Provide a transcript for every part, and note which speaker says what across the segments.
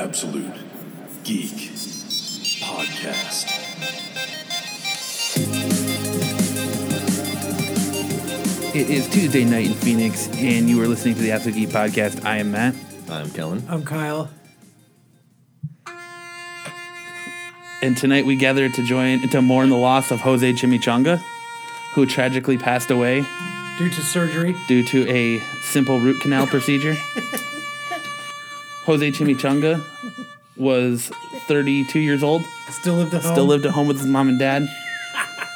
Speaker 1: Absolute Geek Podcast.
Speaker 2: It is Tuesday night in Phoenix, and you are listening to the Absolute Geek Podcast. I am Matt,
Speaker 3: I'm Kellen.
Speaker 4: I'm Kyle.
Speaker 2: and tonight we gather to join to mourn the loss of Jose Chimichanga, who tragically passed away
Speaker 4: Due to surgery,
Speaker 2: due to a simple root canal procedure. Jose Chimichanga was 32 years old,
Speaker 4: still lived at home.
Speaker 2: still lived at home with his mom and dad,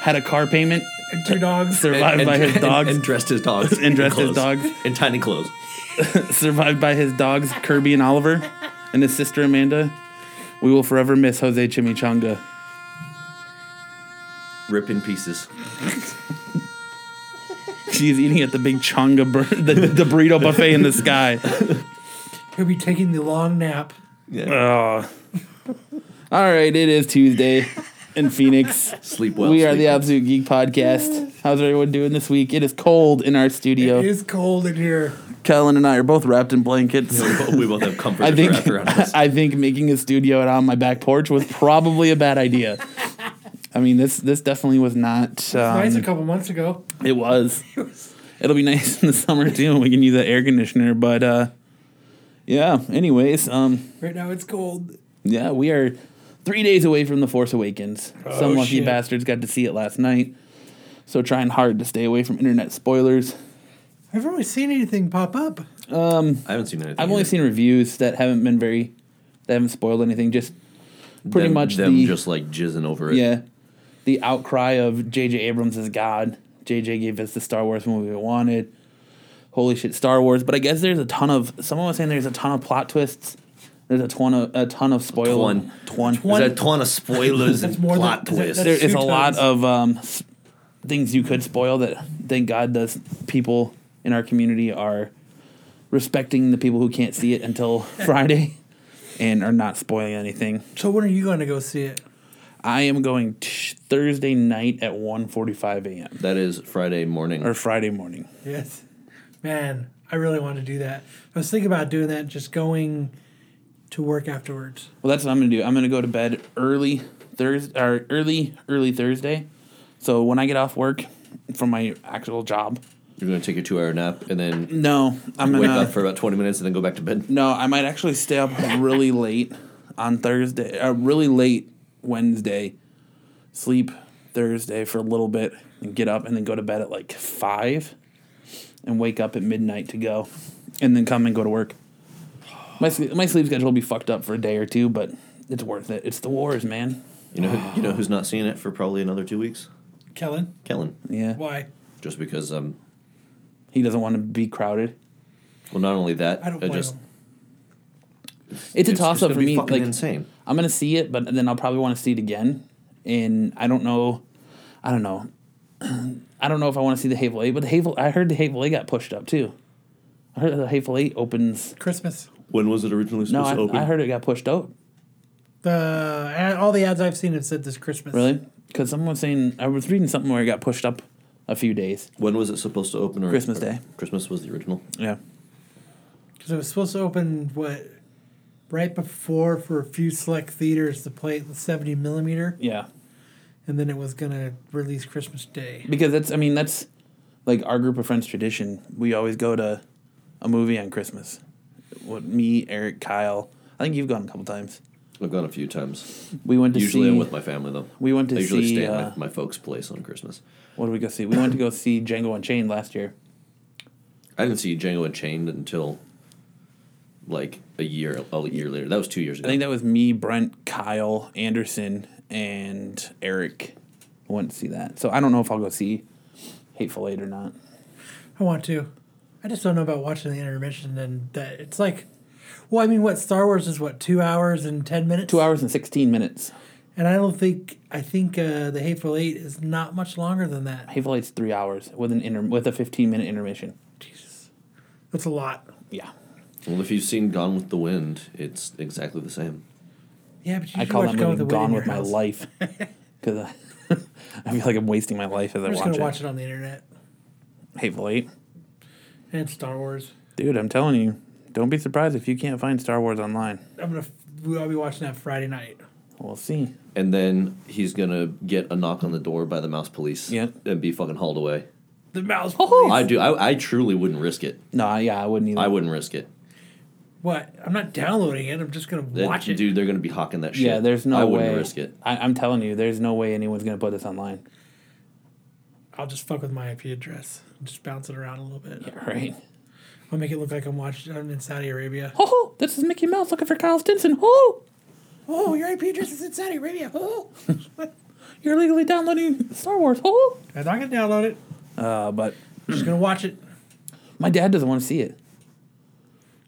Speaker 2: had a car payment,
Speaker 4: And two dogs.
Speaker 2: survived by his dogs,
Speaker 3: And, dressed his dogs.
Speaker 2: And dressed
Speaker 3: in
Speaker 2: his
Speaker 3: clothes.
Speaker 2: dogs.
Speaker 3: In tiny clothes.
Speaker 2: survived by his dogs Kirby and Oliver, and his sister Amanda. We will forever miss Jose Chimichanga.
Speaker 3: Rip in pieces.
Speaker 2: She's eating at the big changa, bur- the, the burrito buffet in the sky.
Speaker 4: He'll be taking the long nap.
Speaker 3: Yeah.
Speaker 2: Oh. All right, it is Tuesday in Phoenix.
Speaker 3: sleep well.
Speaker 2: we are the
Speaker 3: sleep well.
Speaker 2: Absolute Geek Podcast. How's everyone doing this week? It is cold in our
Speaker 4: It
Speaker 2: studio.
Speaker 4: is cold in here.
Speaker 2: Kellen and I are both wrapped in blankets.
Speaker 3: We both- we both have comfort
Speaker 2: I think
Speaker 3: wrapped around us.
Speaker 2: I think making a studio out on my back porch was probably a bad idea. I mean this this definitely was not.
Speaker 4: nice a
Speaker 2: Um,
Speaker 4: couple months ago.
Speaker 2: it was. It'll be nice in the summer too. when We can use that air conditioner, but uh, yeah. Anyways, um,
Speaker 4: Right now it's cold.
Speaker 2: Yeah, we are three days away from The Force Awakens. Some lucky
Speaker 4: shit.
Speaker 2: bastards got to see it last night. So trying hard to stay away from internet spoilers.
Speaker 4: I've only seen anything pop up.
Speaker 3: I haven't seen anything.
Speaker 2: I've only
Speaker 3: either.
Speaker 2: seen reviews that haven't been very that haven't spoiled anything. Just pretty
Speaker 3: them,
Speaker 2: much
Speaker 3: them
Speaker 2: the
Speaker 3: just like jizzing over it.
Speaker 2: yeah the outcry of J.J. Abrams is God. J.J. gave us the Star Wars movie we wanted. Holy shit, Star Wars! But I guess there's a ton of someone was saying there's a ton of plot twists. There's a ton of a ton of spoiler.
Speaker 3: Twan.
Speaker 2: Twan.
Speaker 3: There's a ton of spoilers and
Speaker 4: That's more than-
Speaker 3: plot
Speaker 4: that-
Speaker 3: twists.
Speaker 2: there
Speaker 4: that's-
Speaker 2: is a
Speaker 4: two
Speaker 2: lot
Speaker 4: times.
Speaker 2: of um, s- things you could spoil that thank god those people in our community are respecting the people who can't see it until friday and are not spoiling anything
Speaker 4: So when are you going to go see it?
Speaker 2: i am going t- thursday night at 1.45 a.m
Speaker 3: that is Friday morning.
Speaker 2: or friday morning
Speaker 4: Yes. Man, I really want to do that. I was thinking about doing that, just going to work afterwards.
Speaker 2: well that's what i'm gonna do i'm gonna go to bed early thursday or early early thursday so when i get off work from my actual job
Speaker 3: You're going to take your two hour nap and then
Speaker 2: no Mm, i'm gonna
Speaker 3: wake up for about 20 minutes and then go back to bed.
Speaker 2: No, I might actually stay up really late on Thursday, uh, really late Wednesday, sleep Thursday for a little bit, and get up and then go to bed at like five, and wake up at midnight to go, and then come and go to work. My sleep, my sleep schedule will be fucked up for a day or two, but it's worth it. It's the wars, man.
Speaker 3: You know, who, you know who's not seeing it for probably another two weeks?
Speaker 4: Kellen,
Speaker 3: Kellen.
Speaker 2: Yeah,
Speaker 4: why?
Speaker 3: Just because, um,
Speaker 2: he doesn't want to be crowded.
Speaker 3: well, not only that,
Speaker 4: I don't
Speaker 3: uh,
Speaker 4: blame
Speaker 3: just
Speaker 4: him.
Speaker 2: It's a
Speaker 3: it's
Speaker 2: toss up
Speaker 3: gonna
Speaker 2: for
Speaker 3: be
Speaker 2: me.
Speaker 3: Fucking
Speaker 2: Like
Speaker 3: insane.
Speaker 2: I'm gonna see it, but then I'll probably want to see it again. And I don't know, I don't know, I don't know if I want to see the Hateful Eight. But the Hateful, I heard the Hateful Eight got pushed up too. I heard the Hateful Eight opens.
Speaker 4: Christmas.
Speaker 3: When was it originally
Speaker 2: No,
Speaker 3: supposed to open?
Speaker 2: I, I heard it got pushed out.
Speaker 4: The ad, all the ads I've seen have said this Christmas.
Speaker 2: Really? Because someone was saying I was reading something where it got pushed up a few days.
Speaker 3: When was it supposed to open? Or,
Speaker 2: Christmas
Speaker 3: or-
Speaker 2: Day.
Speaker 3: Christmas was the original.
Speaker 2: Yeah.
Speaker 4: Because it was supposed to open what right before for a few select theaters to play it in seventy millimeter,
Speaker 2: Yeah.
Speaker 4: and then it was gonna release Christmas Day.
Speaker 2: Because that's I mean that's like our group of friends tradition. We always go to a movie on Christmas. What me, Eric, Kyle. I think you've gone a couple times.
Speaker 3: I've gone a few times.
Speaker 2: We went to
Speaker 3: Usually
Speaker 2: see.
Speaker 3: I'm with my family though.
Speaker 2: we went to
Speaker 3: I usually
Speaker 2: see,
Speaker 3: stay at my-
Speaker 2: uh,
Speaker 3: my, folks' place on Christmas.
Speaker 2: What did we go see? We went to go see Django Unchained last year.
Speaker 3: I didn't see Django Unchained until like a year, a year later. That was two years
Speaker 2: I
Speaker 3: ago.
Speaker 2: think that was me, Brent, Kyle, Anderson, and Eric went to see that. So I don't know if I'll go see Hateful Eight or not.
Speaker 4: I want to. I just don't know about watching the intermission and that it's like, well, I mean, what Star Wars is what two hours and ten minutes.
Speaker 2: Two hours and sixteen minutes.
Speaker 4: And I don't think I think uh, the Hateful Eight is not much longer than that.
Speaker 2: Hateful Eight's three hours with an inter- with a fifteen minute intermission.
Speaker 4: That's a lot.
Speaker 2: Yeah,
Speaker 3: well, if you've seen Gone with the Wind, it's exactly the same.
Speaker 4: Yeah, but you
Speaker 2: I
Speaker 4: should
Speaker 2: call
Speaker 4: watch
Speaker 2: that
Speaker 4: Gone
Speaker 2: movie
Speaker 4: with the Wind
Speaker 2: "Gone
Speaker 4: in your
Speaker 2: with My
Speaker 4: house.
Speaker 2: Life" because I, I feel like I'm wasting my life as I
Speaker 4: I'm just
Speaker 2: watch
Speaker 4: gonna
Speaker 2: it.
Speaker 4: watch it on the internet
Speaker 2: Hateful Eight,
Speaker 4: and Star Wars.
Speaker 2: dude. I'm telling you, don't be surprised if you can't find Star Wars online.
Speaker 4: I'm gonna I'll be watching that Friday night.
Speaker 2: We'll see.
Speaker 3: and then he's gonna get a knock on the door by the mouse police.
Speaker 2: Yeah.
Speaker 3: and be fucking hauled away.
Speaker 4: The mouse.
Speaker 3: I do. I, I truly wouldn't risk it.
Speaker 2: No, yeah, I wouldn't either.
Speaker 3: I wouldn't risk it.
Speaker 4: What? I'm not downloading it. I'm just gonna
Speaker 3: That-
Speaker 4: watch it.
Speaker 3: dude. They're gonna be hawking that shit.
Speaker 2: Yeah, there's no
Speaker 3: I
Speaker 2: way.
Speaker 3: wouldn't risk it.
Speaker 2: I, I'm telling you, there's no way anyone's gonna put this online.
Speaker 4: I'll just fuck with my IP address. Just bounce it around a little bit.
Speaker 2: Right?
Speaker 4: I'll make it look like I'm watching. I'm in Saudi Arabia.
Speaker 2: Oh, this is Mickey Mouse looking for Kyle Stinson. Oh,
Speaker 4: Oh, your IP address is in Saudi Arabia. Oh.
Speaker 2: you're illegally downloading Star Wars. Oh,
Speaker 4: I'm not gonna download it.
Speaker 2: uh, but
Speaker 4: I'm just gonna watch it.
Speaker 2: my dad doesn't want to see it.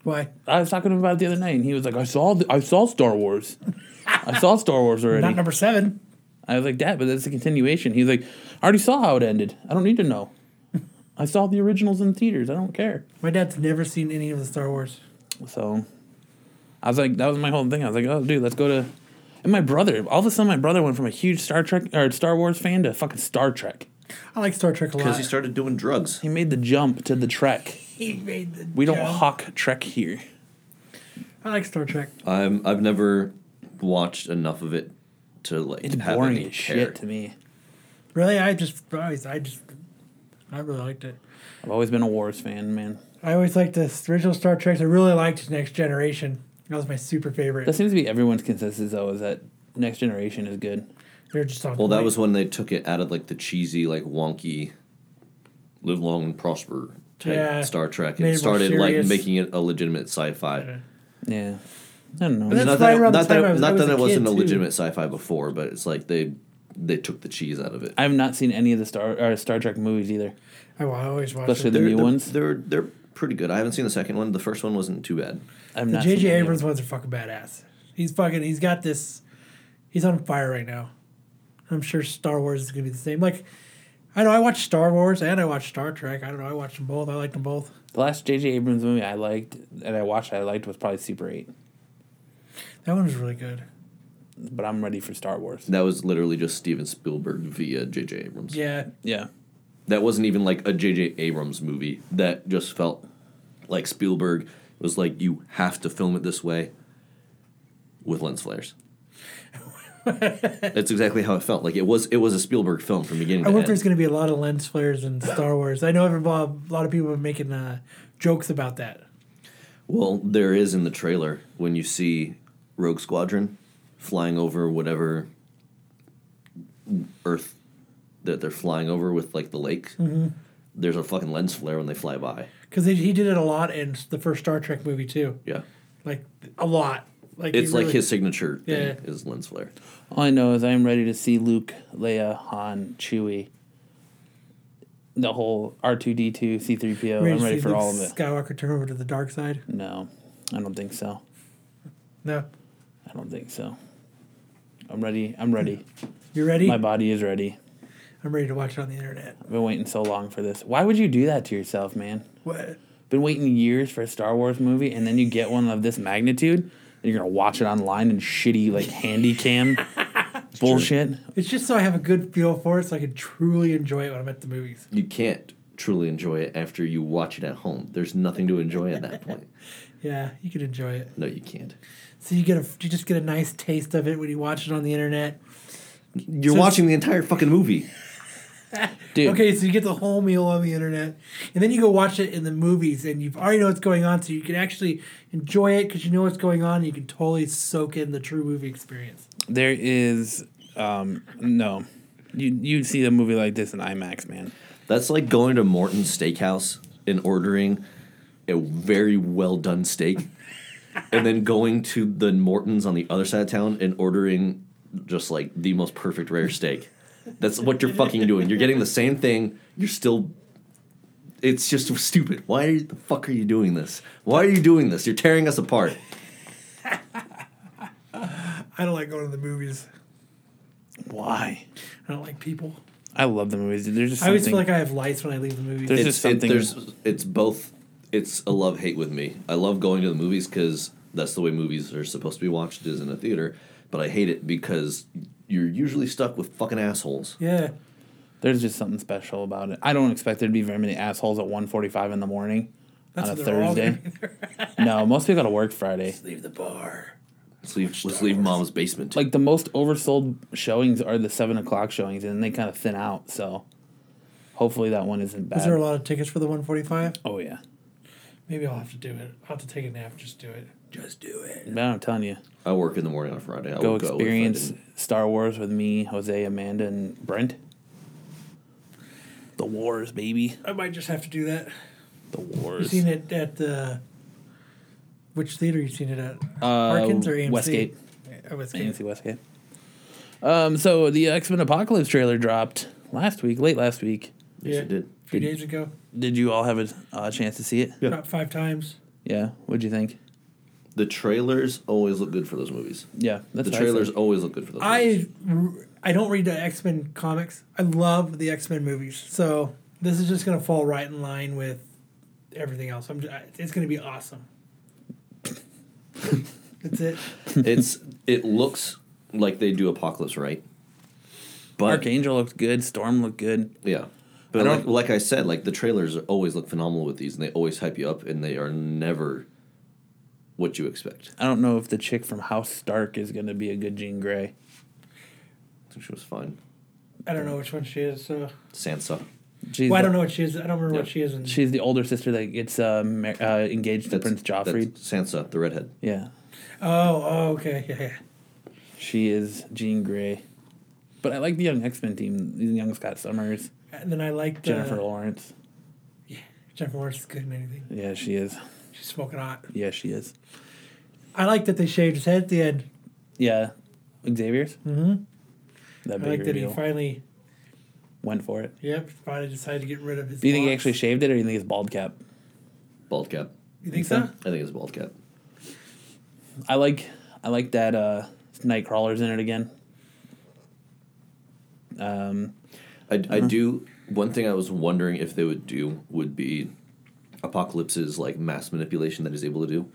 Speaker 4: Why?
Speaker 2: I was talking to him about it the other night, and he was like, "I saw, th- I saw Star Wars. I saw Star Wars
Speaker 4: Not
Speaker 2: already."
Speaker 4: number seven.
Speaker 2: I was like, "Dad, but that's a continuation." He's like, "I already saw how it ended. I don't need to know. I saw the originals in theaters. I don't care."
Speaker 4: My dad's never seen any of the Star Wars.
Speaker 2: So I was like, that was my whole thing. I was like, oh, dude, let's go to. And my brother, all of a sudden, my brother went from a huge Star Trek or Star Wars fan to fucking Star Trek.
Speaker 4: I like Star Trek a lot.
Speaker 3: Because he started doing drugs.
Speaker 2: He made the jump to the Trek.
Speaker 4: He made the
Speaker 2: We don't
Speaker 4: jump.
Speaker 2: hawk Trek here.
Speaker 4: I like Star Trek.
Speaker 3: I'm. I've never watched enough of it to like.
Speaker 2: It's
Speaker 3: have
Speaker 2: boring
Speaker 3: any
Speaker 2: as
Speaker 3: care.
Speaker 2: shit to me.
Speaker 4: Really, I just always, I just, I really liked it.
Speaker 2: I've always been a Wars fan, man.
Speaker 4: I always liked the original Star Trek. I really liked Next Generation. That was my super favorite.
Speaker 2: That seems to be everyone's consensus, though, is that Next Generation is good.
Speaker 4: They're just on
Speaker 3: Well, that
Speaker 4: point.
Speaker 3: was when they took it out of like the cheesy, like wonky, live long and prosper type
Speaker 4: Yeah.
Speaker 3: Star Trek,
Speaker 4: Made
Speaker 3: and
Speaker 4: it
Speaker 3: started
Speaker 4: more
Speaker 3: like
Speaker 4: serious.
Speaker 3: making it a legitimate sci-fi.
Speaker 2: Yeah. I don't know.
Speaker 4: But that's
Speaker 3: not
Speaker 4: right
Speaker 3: that, it,
Speaker 4: around the
Speaker 3: not that,
Speaker 4: time
Speaker 3: it-
Speaker 4: I was-
Speaker 3: not
Speaker 4: I was
Speaker 3: that
Speaker 4: a
Speaker 3: it wasn't
Speaker 4: kid,
Speaker 3: a
Speaker 4: too.
Speaker 3: legitimate sci-fi before, but it's like they they took the cheese out of it.
Speaker 2: I've not seen any of the Star or Star Trek movies either,
Speaker 4: I, I always watched
Speaker 2: especially
Speaker 4: it.
Speaker 2: the
Speaker 3: They're-
Speaker 2: new
Speaker 3: they're-
Speaker 2: ones.
Speaker 3: They're they're pretty good. I haven't seen the second one. The first one wasn't too bad.
Speaker 2: I've
Speaker 4: The
Speaker 2: not. seen
Speaker 4: J.J.
Speaker 2: any of
Speaker 4: Abrams
Speaker 2: them.
Speaker 4: ones are fucking badass. He's fucking. He's got this. He's on fire right now. I'm sure Star Wars is gonna be the same. Like, I know I watched Star Wars and I watched Star Trek. I don't know. I watched them both. I liked them both.
Speaker 2: The last J.J. Abrams movie I liked and I watched that I liked was probably Super 8.
Speaker 4: That one was really good.
Speaker 2: But I'm ready for Star Wars.
Speaker 3: That was literally just Steven Spielberg via J.J. Abrams.
Speaker 4: Yeah,
Speaker 2: Yeah.
Speaker 3: That wasn't even like a J.J. Abrams movie. That just felt like Spielberg was like, you have to film it this way with lens flares. That's exactly how it felt. Like it was, it was a Spielberg film from beginning
Speaker 4: I
Speaker 3: to
Speaker 4: wonder
Speaker 3: end.
Speaker 4: if there's going to be a lot of lens flares in Star Wars. I know every- a lot of people are making uh, jokes about that.
Speaker 3: Well, there is in the trailer when you see Rogue Squadron flying over whatever Earth that they're flying over with, like the lake.
Speaker 4: Mm-hmm.
Speaker 3: There's a fucking lens flare when they fly by.
Speaker 4: Because he did it a lot in the first Star Trek movie, too.
Speaker 3: Yeah,
Speaker 4: Like, a lot. Like he
Speaker 3: it's like
Speaker 4: really-
Speaker 3: his signature thing
Speaker 4: Yeah.
Speaker 3: is lens flare.
Speaker 2: All I know is I'm ready to see Luke, Leia, Han, Chewie, the whole R2D2, C3PO.
Speaker 4: Ready
Speaker 2: I'm
Speaker 4: to
Speaker 2: ready
Speaker 4: see
Speaker 2: for
Speaker 4: Luke
Speaker 2: all of it.
Speaker 4: Skywalker turn over to the dark side?
Speaker 2: No, I don't think so.
Speaker 4: No.
Speaker 2: I don't think so. I'm ready. I'm ready.
Speaker 4: You ready?
Speaker 2: My body is ready.
Speaker 4: I'm ready to watch it on the internet.
Speaker 2: I've been waiting so long for this. Why would you do that to yourself, man?
Speaker 4: What?
Speaker 2: Been waiting years for a Star Wars movie, and then you get one of this magnitude, and you're gonna watch it online in shitty like handy cam bullshit.
Speaker 4: It's just so I have a good feel for it so I can truly enjoy it when I'm at the movies.
Speaker 3: You can't truly enjoy it after you watch it at home. There's nothing to enjoy at that point.
Speaker 4: Yeah, you can enjoy it.
Speaker 3: No, you can't.
Speaker 4: So you get a, you just get a nice taste of it when you watch it on the internet.
Speaker 3: You're watching the entire fucking movie.
Speaker 2: Dude,
Speaker 4: Okay, so you get the whole meal on the internet, and then you go watch it in the movies, and you already know what's going on, so you can actually enjoy it because you know what's going on. And you can totally soak in the true movie experience.
Speaker 2: there is um no. You you see a movie like this in IMAX, man.
Speaker 3: That's like going to Morton's Steakhouse and ordering a very well done steak, and then going to the Morton's on the other side of town and ordering just like the most perfect rare steak. That's what you're fucking doing. You're getting the same thing. You're still. It's just stupid. Why the fuck are you doing this? Why are you doing this? You're tearing us apart.
Speaker 4: I don't like going to the movies.
Speaker 2: Why?
Speaker 4: I don't like people.
Speaker 2: I love the movies. dude. There's just
Speaker 4: I always
Speaker 2: something.
Speaker 4: feel like I have lights when I leave the movies.
Speaker 2: There's-
Speaker 3: it's
Speaker 2: just
Speaker 3: it-
Speaker 2: something-
Speaker 3: there's it's both. It's a love hate with me. I love going to the movies because that's the way movies are supposed to be watched is in a theater. But I hate it because you're usually stuck with fucking assholes.
Speaker 4: yeah,
Speaker 2: there's just something special about it. I don't expect there to be very many assholes at 1.45 in the morning
Speaker 4: that's
Speaker 2: on a
Speaker 4: what they're all
Speaker 2: Thursday.
Speaker 4: gonna be there.
Speaker 2: no, most people got to work Friday.
Speaker 4: Leave the bar.
Speaker 3: Let's leave, let's leave mom's basement.
Speaker 2: Like the most oversold showings are the seven o'clock showings, and they kind of thin out. So hopefully that one isn't bad.
Speaker 4: Is there a lot of tickets for the 145?
Speaker 2: oh yeah,
Speaker 4: Maybe I'll have to do it. I'll have to take a nap. Just do it.
Speaker 3: just do it.
Speaker 2: man, I'm telling you,
Speaker 3: I work in the morning on Friday. I
Speaker 2: go
Speaker 3: would go if I
Speaker 2: experience
Speaker 3: didn't.
Speaker 2: Star Wars with me, Jose, Amanda, and Brent. The wars, baby.
Speaker 4: I might just have to do that.
Speaker 2: The wars.
Speaker 4: You seen it at the which theater? You seen it at
Speaker 2: Uh,
Speaker 4: Harkins or AMC?
Speaker 2: Westgate.
Speaker 4: Uh, Westgate.
Speaker 2: Nancy Westgate. Um, so the X Men Apocalypse trailer dropped last week, late last week.
Speaker 3: Yes, you did.
Speaker 4: A few days ago.
Speaker 2: Did you all have a uh, chance to see it?
Speaker 3: Yeah.
Speaker 4: About five times.
Speaker 2: Yeah. What'd you think?
Speaker 3: The trailers always look good for those movies.
Speaker 2: Yeah, that's
Speaker 3: The
Speaker 2: what I said.
Speaker 3: trailers always look good for those. movies.
Speaker 4: I r- I don't read the X Men comics. I love the X Men movies. So this is just gonna fall right in line with everything else. I'm just, it's gonna be awesome. That's it.
Speaker 3: it's it looks like they do Apocalypse right, but
Speaker 2: Archangel looked good. Storm looked good.
Speaker 3: yeah. But
Speaker 2: don't-
Speaker 3: like, like I said, like the trailers always look phenomenal with these, and they always hype you up, and they are never what you expect.
Speaker 2: I don't know if the chick from House Stark is going to be a good Jean Grey.
Speaker 3: I think she was fine.
Speaker 4: I don't know which one she is. So
Speaker 3: Sansa.
Speaker 2: She's
Speaker 4: well, I
Speaker 2: the-
Speaker 4: don't know what she is. I don't remember what
Speaker 3: Yeah.
Speaker 4: she is. In,
Speaker 2: She's the older sister that gets uh, mar- uh, engaged to Prince
Speaker 3: That's-
Speaker 2: Joffrey.
Speaker 3: that's Sansa, the redhead.
Speaker 2: Yeah,
Speaker 4: oh, oh, okay, yeah, yeah.
Speaker 2: she is Jean Grey. But I like the young X Men team. Young Scott Summers,
Speaker 4: And then I liked
Speaker 2: Jennifer
Speaker 4: Uh,
Speaker 2: Lawrence.
Speaker 4: Jennifer Lawrence is good in anything.
Speaker 2: Yeah, she is.
Speaker 4: She's smoking hot.
Speaker 2: Yeah, she is.
Speaker 4: I like that they shaved his head at the end.
Speaker 2: Yeah, Xavier's. Mm-hmm. That
Speaker 4: I
Speaker 2: big
Speaker 4: like that he
Speaker 2: reveal.
Speaker 4: finally,
Speaker 2: Went for it.
Speaker 4: yep, finally decided to get rid of his.
Speaker 2: Do you think he
Speaker 4: locks.
Speaker 2: actually shaved it, or do you think it's bald cap?
Speaker 3: Bald cap.
Speaker 4: You think
Speaker 2: so?
Speaker 4: so?
Speaker 3: I think it's a bald cap.
Speaker 2: I like, I like that uh, Nightcrawler's in it again. Um,
Speaker 3: I, I do. One thing I was wondering if they would do would be Apocalypse's like mass manipulation that he's able to do,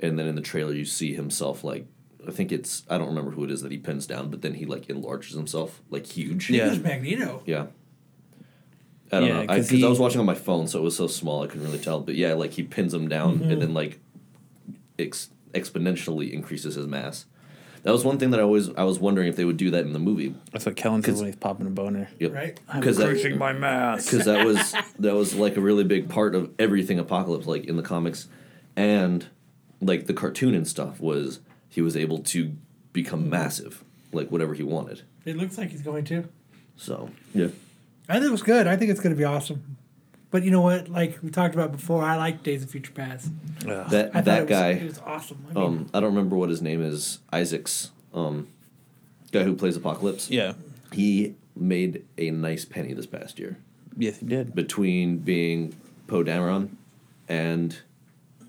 Speaker 3: and then in the trailer you see himself like I think it's I don't remember who it is that he pins down, but then he like enlarges himself like huge.
Speaker 2: Yeah.
Speaker 4: It was Magneto.
Speaker 3: Yeah. I
Speaker 2: Yeah,
Speaker 3: don't know.
Speaker 2: 'cause
Speaker 3: Because I,
Speaker 2: he-
Speaker 3: was watching on my phone, so it was so small I couldn't really tell. But yeah, like he pins him down
Speaker 2: Mm-hmm.
Speaker 3: and then like ex- exponentially increases his mass. That was one thing that I always I was wondering if they would do that in the movie.
Speaker 2: that's what Kellen says when he's popping a boner.
Speaker 3: Yep.
Speaker 4: Right.
Speaker 2: I'm
Speaker 3: 'Cause that-
Speaker 2: increasing my mass.
Speaker 3: because that was that was like a really big part of everything apocalypse like in the comics and like the cartoon and stuff was he was able to
Speaker 4: Mm-hmm.
Speaker 3: become massive like whatever he wanted
Speaker 4: It looks like he's going to.
Speaker 3: so yeah
Speaker 4: I think it was good. I think it's going to be awesome. But you know what? Like we talked about before, I like Days of Future Past.
Speaker 2: Ugh.
Speaker 3: that
Speaker 4: I thought it
Speaker 3: that
Speaker 4: was,
Speaker 3: guy
Speaker 4: It was awesome.
Speaker 2: Oh,
Speaker 4: I mean,
Speaker 3: um i don't remember what his name is isaacs um guy who plays apocalypse
Speaker 2: yeah.
Speaker 3: he made a nice penny this past year
Speaker 2: Yes, he did.
Speaker 3: between being poe dameron and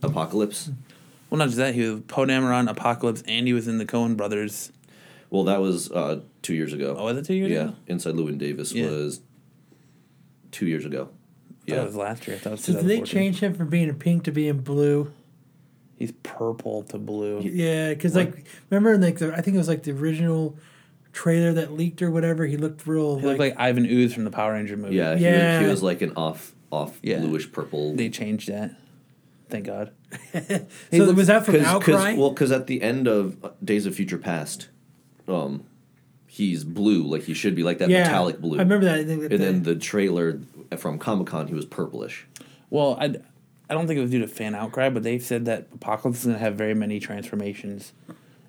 Speaker 3: apocalypse
Speaker 2: Well, not just that, he was Poe Dameron, Apocalypse, and he was in the Coen Brothers.
Speaker 3: Well, that was uh, two years ago.
Speaker 2: Oh, was it two years
Speaker 3: yeah.
Speaker 2: ago?
Speaker 3: Inside Lewin Davis
Speaker 2: Yeah.
Speaker 3: was two years ago.
Speaker 2: Yeah,
Speaker 3: Yeah.
Speaker 2: that was last year. That was
Speaker 4: so did they
Speaker 2: 2014.
Speaker 4: change him from being a pink to being blue?
Speaker 2: He's purple to blue.
Speaker 4: Yeah, because like remember, in like the, I think it was like the original trailer that leaked or whatever. He looked real.
Speaker 2: he looked like Ivan Ooze from the Power Ranger movie.
Speaker 3: yeah, he, Was,
Speaker 4: Yeah.
Speaker 3: he was like an off, off
Speaker 2: Yeah.
Speaker 3: bluish purple.
Speaker 2: They changed that. Thank God.
Speaker 4: so was that from Outcry?
Speaker 3: well, because at the end of uh, Days of Future Past, um, he's blue like he should be, like that
Speaker 4: yeah,
Speaker 3: metallic blue.
Speaker 4: I remember that. I think that
Speaker 3: And then
Speaker 4: the-
Speaker 3: the trailer from Comic Con, he was purplish.
Speaker 2: Well, I, I don't think it was due to fan outcry, but they've said that Apocalypse is going to have very many transformations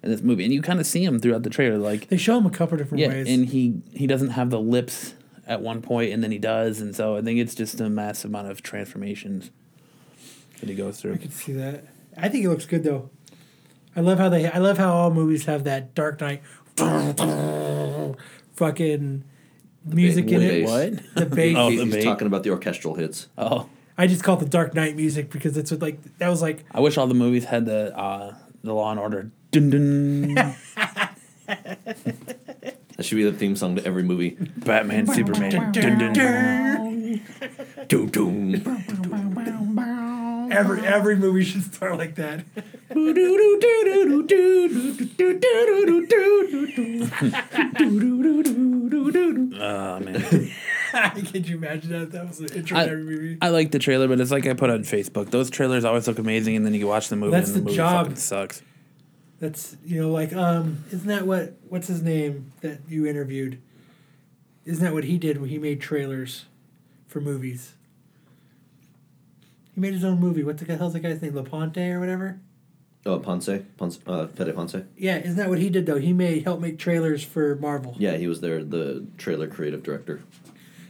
Speaker 2: in this movie. And you kind of see him throughout the trailer. Like,
Speaker 4: they show him a couple different
Speaker 2: yeah,
Speaker 4: ways.
Speaker 2: and he, he doesn't have the lips at one point, and then he does. And so I think it's just a massive amount of transformations that he goes through.
Speaker 4: I could see that. I think it looks good though. I love how they. I love how all movies have that Dark Knight, fucking music in it.
Speaker 3: bass. What?
Speaker 4: The bass.
Speaker 2: Oh,
Speaker 3: He-
Speaker 2: the
Speaker 3: he's
Speaker 2: bait.
Speaker 3: talking about the orchestral hits.
Speaker 2: Oh,
Speaker 4: I just call it the Dark Knight music because that's what like that was like.
Speaker 2: I wish all the movies had the uh, the Law and Order. Dun dun.
Speaker 3: That should be the theme song to every movie.
Speaker 2: Batman, Superman. Dun dun.
Speaker 3: Doom, doom.
Speaker 4: Every every movie should start like that.
Speaker 2: Oh man,
Speaker 4: Could you imagine that? That was the intro
Speaker 2: I-
Speaker 4: to every movie.
Speaker 2: I like the trailer, but it's like I put on Facebook. Those trailers always look amazing, and then you watch the movie,
Speaker 4: That's
Speaker 2: and the,
Speaker 4: the
Speaker 2: movie
Speaker 4: job.
Speaker 2: fucking sucks.
Speaker 4: That's you know like um isn't that what what's his name that you interviewed? Isn't that what he did when he made trailers for movies? He made his own movie. What the hell's the guy's name? Laponte or whatever.
Speaker 3: Oh, Ponce, Ponce, uh, Pete Ponce.
Speaker 4: Yeah, isn't that what he did though? He made helped make trailers for Marvel.
Speaker 3: Yeah, he was there, the trailer creative director.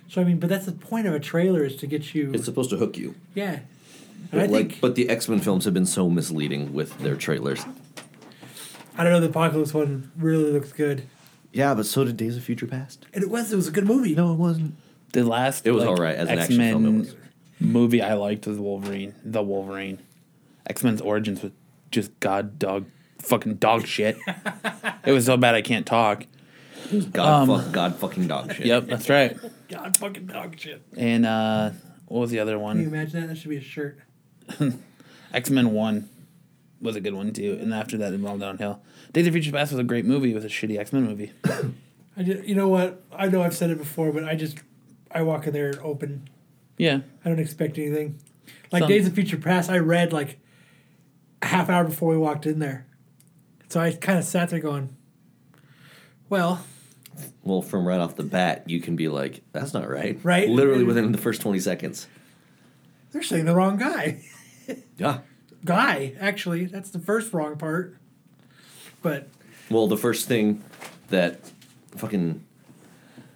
Speaker 4: So I mean, but that's the point of a trailer is to get you.
Speaker 3: It's supposed to hook you.
Speaker 4: yeah. And I
Speaker 3: But, like,
Speaker 4: think
Speaker 3: but the X Men films have been so misleading with their trailers.
Speaker 4: I don't know. The apocalypse one really looks good,
Speaker 3: Yeah, but so did Days of Future Past.
Speaker 4: and it was it was a good movie.
Speaker 3: No, it wasn't.
Speaker 2: The last
Speaker 3: It was alright as an action film,
Speaker 2: X-Men
Speaker 3: it was-
Speaker 2: movie I liked was Wolverine, the Wolverine. X Men's Origins was just god dog fucking dog shit. it was so bad I can't talk.
Speaker 3: God, fuck, God fucking dog shit.
Speaker 2: Um, Yep, that's right.
Speaker 4: God fucking dog shit.
Speaker 2: And uh what was the other
Speaker 4: Can you
Speaker 2: one?
Speaker 4: imagine that? That should be a shirt.
Speaker 2: X Men One was a good one too. And after that, it went all downhill. Days of Future Past was a great movie. It was a shitty X Men movie.
Speaker 4: I just, you know what? I know I've said it before, but I just I walk in there open.
Speaker 2: yeah,
Speaker 4: I don't expect anything. Like
Speaker 2: Some-
Speaker 4: Days of Future Past, I read like a half hour before we walked in there, so I kind of sat there going, "Well,
Speaker 3: Well, from right off the bat, you can be like, "That's not right."
Speaker 4: Right.
Speaker 3: Literally within the first twenty seconds.
Speaker 4: they're saying the wrong guy."
Speaker 3: Yeah.
Speaker 4: guy, actually, that's the first wrong part. But
Speaker 3: Well, the first thing that fucking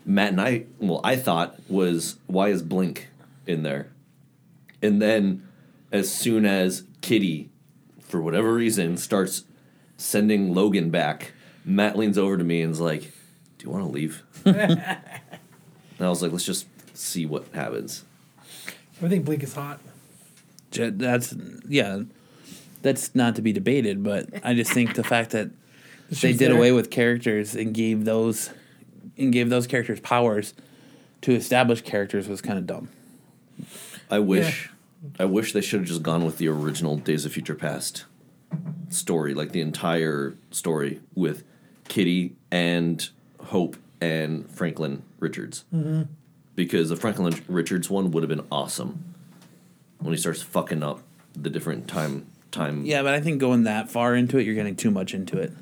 Speaker 3: Matt and I, well, I thought was why is Blink in there? And then as soon as Kitty, for whatever reason, starts sending Logan back, Matt leans over to me and is like, Do you want to leave? and I was like, Let's just see what happens.
Speaker 4: I think Blink is hot.
Speaker 2: J- that's yeah, that's not to be debated. But I just think the fact that they
Speaker 4: she's
Speaker 2: did
Speaker 4: there.
Speaker 2: away with characters and gave those and gave those characters powers to establish characters was kind of dumb.
Speaker 3: I wish, I wish they should have just gone with the original Days of Future Past story, like the entire story with Kitty and Hope and Franklin Richards, mm-hmm. because the Franklin Richards one would have been awesome when he starts fucking up the different time time.
Speaker 2: Yeah, but I think going that far into it, you're getting too much into it.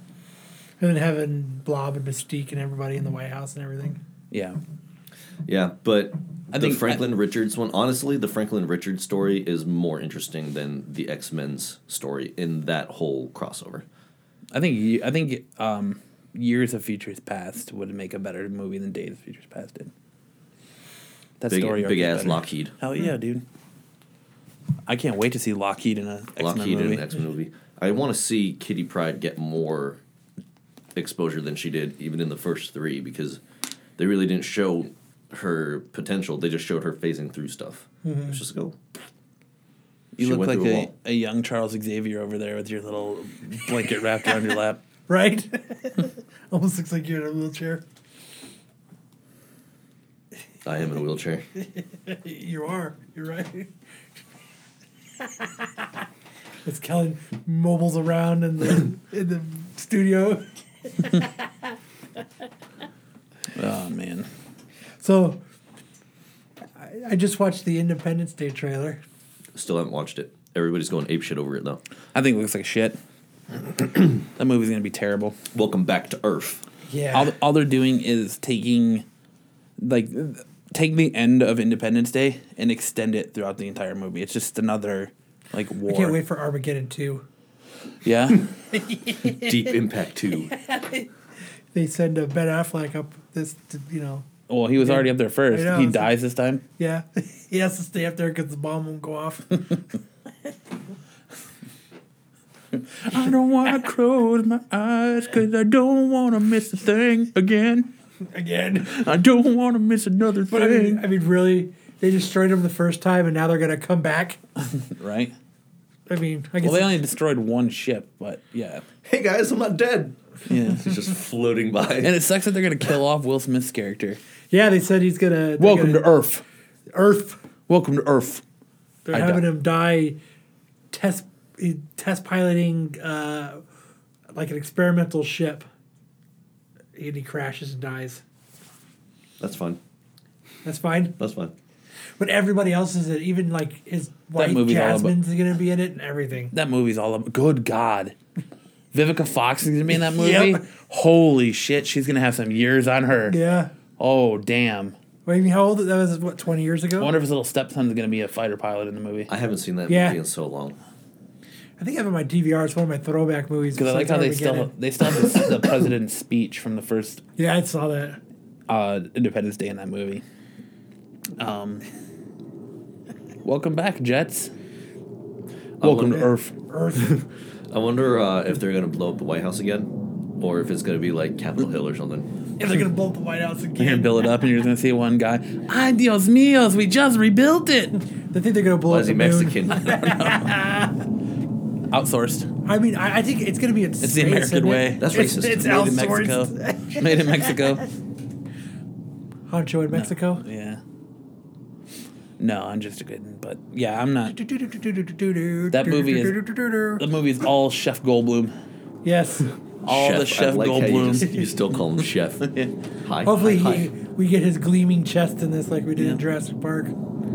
Speaker 4: And then having Blob and Mystique and everybody in the White House and everything.
Speaker 2: Yeah,
Speaker 3: Yeah, but
Speaker 2: I
Speaker 3: the
Speaker 2: think-
Speaker 3: Franklin Richards one, honestly, the Franklin Richards story is more interesting than the X Men's story in that whole crossover.
Speaker 2: I think ye- I think um, years of futures past would make a better movie than Days of Futures Past did. That
Speaker 3: Big,
Speaker 2: story arc
Speaker 3: big
Speaker 2: is
Speaker 3: ass
Speaker 2: better.
Speaker 3: Lockheed.
Speaker 2: Hell yeah, dude! I can't wait to see Lockheed in a X Men
Speaker 3: Lockheed in
Speaker 2: movie.
Speaker 3: an X Men movie. I want to see Kitty Pride get more exposure than she did, even in the first three, because they really didn't show her potential. They just showed her phasing through stuff. It's just go.
Speaker 2: Mm-hmm. You
Speaker 3: She
Speaker 2: look
Speaker 3: went
Speaker 2: like
Speaker 3: through a
Speaker 2: a,
Speaker 3: wall.
Speaker 2: a young Charles Xavier over there with your little blanket wrapped around your lap.
Speaker 4: Right? Almost looks like you're in a wheelchair.
Speaker 3: I am in a wheelchair.
Speaker 4: You are. You're right. it's Kellen mobiles around in the in the studio.
Speaker 2: Oh man,
Speaker 4: So I, I just watched the Independence Day trailer.
Speaker 3: Still haven't watched it. Everybody's going ape shit over it though.
Speaker 2: I think it looks like shit. that movie's gonna be terrible.
Speaker 3: Welcome back to Earth.
Speaker 4: Yeah.
Speaker 2: All all they're doing is taking, like, take the end of Independence Day and extend it throughout the entire movie. It's just another like war.
Speaker 4: I can't wait for Armageddon 2.
Speaker 2: Yeah,
Speaker 3: Deep Impact Two.
Speaker 4: They send uh, Ben Affleck up this, to, you know.
Speaker 2: well, he was already up there first.
Speaker 4: I know,
Speaker 2: he
Speaker 4: it's like-
Speaker 2: dies this time.
Speaker 4: Yeah. he has to stay up there because the bomb won't go off.
Speaker 2: I don't want to close my eyes because I don't want to miss a thing again.
Speaker 4: Again.
Speaker 2: I don't want to miss another
Speaker 4: But I mean,
Speaker 2: thing.
Speaker 4: I mean, really, they destroyed him the first time, and now they're gonna come back.
Speaker 2: Right.
Speaker 4: I mean, I guess
Speaker 2: Well, they only destroyed one ship, but yeah,
Speaker 3: Hey guys, I'm not dead.
Speaker 2: yeah.
Speaker 3: He's just floating by.
Speaker 2: And it sucks that they're gonna kill off Will Smith's character.
Speaker 4: yeah, they said he's gonna they're
Speaker 2: Welcome
Speaker 4: gonna,
Speaker 2: to Earth.
Speaker 4: Earth.
Speaker 2: Welcome to Earth.
Speaker 4: They're
Speaker 2: I
Speaker 4: having
Speaker 2: die.
Speaker 4: him die, test eh, test piloting uh, like an experimental ship, and he crashes and dies.
Speaker 3: That's fine.
Speaker 4: That's fine.
Speaker 3: That's fine.
Speaker 4: But everybody else is in it. Even like his wife
Speaker 2: movie's all about-
Speaker 4: Jasmine's gonna be in it and everything.
Speaker 2: That movie's all about. Good God, Vivica Fox is gonna be in that movie.
Speaker 4: Yep.
Speaker 2: Holy shit, she's gonna have some years on her.
Speaker 4: Yeah.
Speaker 2: Oh damn.
Speaker 4: Wait, I mean, how old that was? What twenty years ago?
Speaker 2: I wonder if his little stepson's gonna be a fighter pilot in the movie.
Speaker 3: I haven't seen that
Speaker 4: Yeah.
Speaker 3: movie in so long.
Speaker 4: I think I have it on my DVR. It's one of my throwback movies.
Speaker 2: Because I like how they still they still have the, the president's speech from the first
Speaker 4: Yeah, I saw that.
Speaker 2: uh, Independence Day in that movie. Um, welcome back, Jets.
Speaker 4: Oh,
Speaker 2: Welcome to
Speaker 3: wonder-
Speaker 2: Earth.
Speaker 4: Earth.
Speaker 3: I wonder uh, if they're gonna blow up the White House again, or if it's gonna be like Capitol Hill or something.
Speaker 4: if they're gonna blow up the White House
Speaker 2: You're
Speaker 4: again,
Speaker 2: gonna build it up, and you're just gonna see one guy. Ay, Dios míos, we just rebuilt it.
Speaker 4: they think they're gonna blow
Speaker 3: Why
Speaker 4: up
Speaker 3: is
Speaker 4: the
Speaker 3: he
Speaker 4: Mexican?
Speaker 3: Mexican?
Speaker 2: Outsourced.
Speaker 4: I mean, I, I think it's gonna be in
Speaker 2: It's the American way.
Speaker 3: That's
Speaker 4: it's,
Speaker 3: racist.
Speaker 4: It's
Speaker 3: Made
Speaker 2: in Mexico.
Speaker 4: outsourced.
Speaker 2: Made in Mexico.
Speaker 4: Honcho in Mexico.
Speaker 2: Yeah. No, I'm just kidding. But yeah, I'm not.
Speaker 4: That
Speaker 2: movie The movie's all Chef Goldblum.
Speaker 4: Yes.
Speaker 2: All
Speaker 3: Chef.
Speaker 2: the Chef
Speaker 3: I like how you,
Speaker 2: Goldblum.
Speaker 3: just, you still call him Chef. Hi.
Speaker 4: Hopefully,
Speaker 3: hi,
Speaker 4: he,
Speaker 3: hi.
Speaker 4: we get his gleaming chest in this, like we did
Speaker 2: Yeah.
Speaker 4: in Jurassic Park.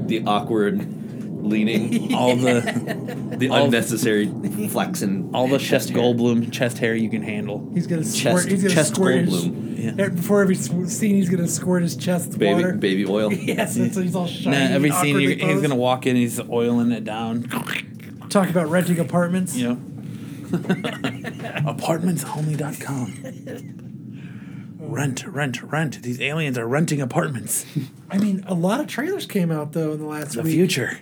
Speaker 3: the awkward leaning,
Speaker 2: all the
Speaker 3: the
Speaker 2: All-
Speaker 3: unnecessary flexing,
Speaker 2: all the Chef
Speaker 3: chest hair.
Speaker 2: Goldblum chest hair you can handle.
Speaker 4: He's gonna
Speaker 3: Chest,
Speaker 4: squirt. He's gonna
Speaker 3: chest
Speaker 4: squirt his-
Speaker 3: Goldblum,
Speaker 2: Yeah.
Speaker 4: eh, Before every sw- scene, he's gonna squirt his chest
Speaker 3: baby,
Speaker 4: water.
Speaker 3: baby oil.
Speaker 4: Yes, and so he's all shiny.
Speaker 2: Nah, every scene
Speaker 4: awkwardly
Speaker 2: you he's
Speaker 4: posed.
Speaker 2: gonna walk in, he's oiling it down.
Speaker 4: talk about renting apartments.
Speaker 2: You know, apartmentsonly.com. Rent, rent, rent. These aliens are renting apartments.
Speaker 4: I mean, a lot of trailers came out though in the last
Speaker 2: The
Speaker 4: week.
Speaker 2: future.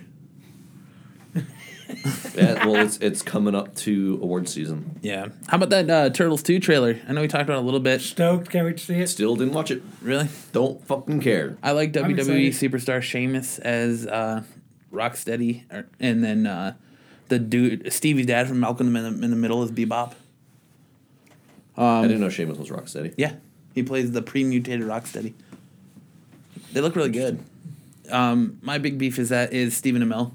Speaker 3: Yeah, well, it's it's coming up to award season.
Speaker 2: Yeah. How about that uh, Turtles 2 trailer? I know we talked about it a little bit.
Speaker 4: Stoked, can't wait to see it.
Speaker 3: Still didn't watch it.
Speaker 2: Really?
Speaker 3: Don't fucking care.
Speaker 2: I like
Speaker 4: I'm
Speaker 2: WWE superstar Sheamus as uh, Rocksteady, or, and then uh, the dude Stevie's dad from Malcolm in the, in the Middle is Bebop.
Speaker 3: I
Speaker 2: Um,
Speaker 3: didn't know Seamus was Rocksteady.
Speaker 2: Yeah, he plays the pre-mutated Rocksteady. They look really good. Um, my big beef is that is Stephen Amell.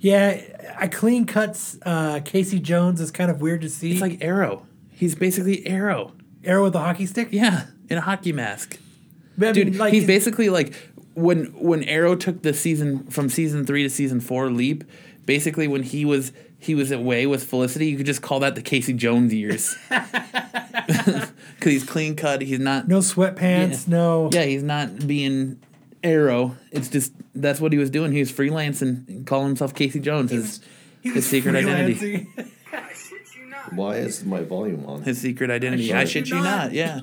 Speaker 4: Yeah, a clean cuts uh, Casey Jones is kind of weird to see.
Speaker 2: He's like Arrow. He's basically Arrow.
Speaker 4: arrow with a hockey stick.
Speaker 2: Yeah, in a hockey mask.
Speaker 4: But I
Speaker 2: Dude,
Speaker 4: mean, like,
Speaker 2: he's basically like when when Arrow took the season from season three to season four leap. Basically, when he was he was away with Felicity, you could just call that the Casey Jones years. Because he's clean cut. He's not.
Speaker 4: no sweatpants, no.
Speaker 2: Yeah, he's not being Arrow. It's just that's what he was doing. He was freelancing, and calling himself Casey Jones. His,
Speaker 4: He
Speaker 2: his secret identity.
Speaker 4: freelancing.
Speaker 3: Why is my volume on?
Speaker 2: His secret identity. I,
Speaker 3: I
Speaker 2: shit you not. Yeah.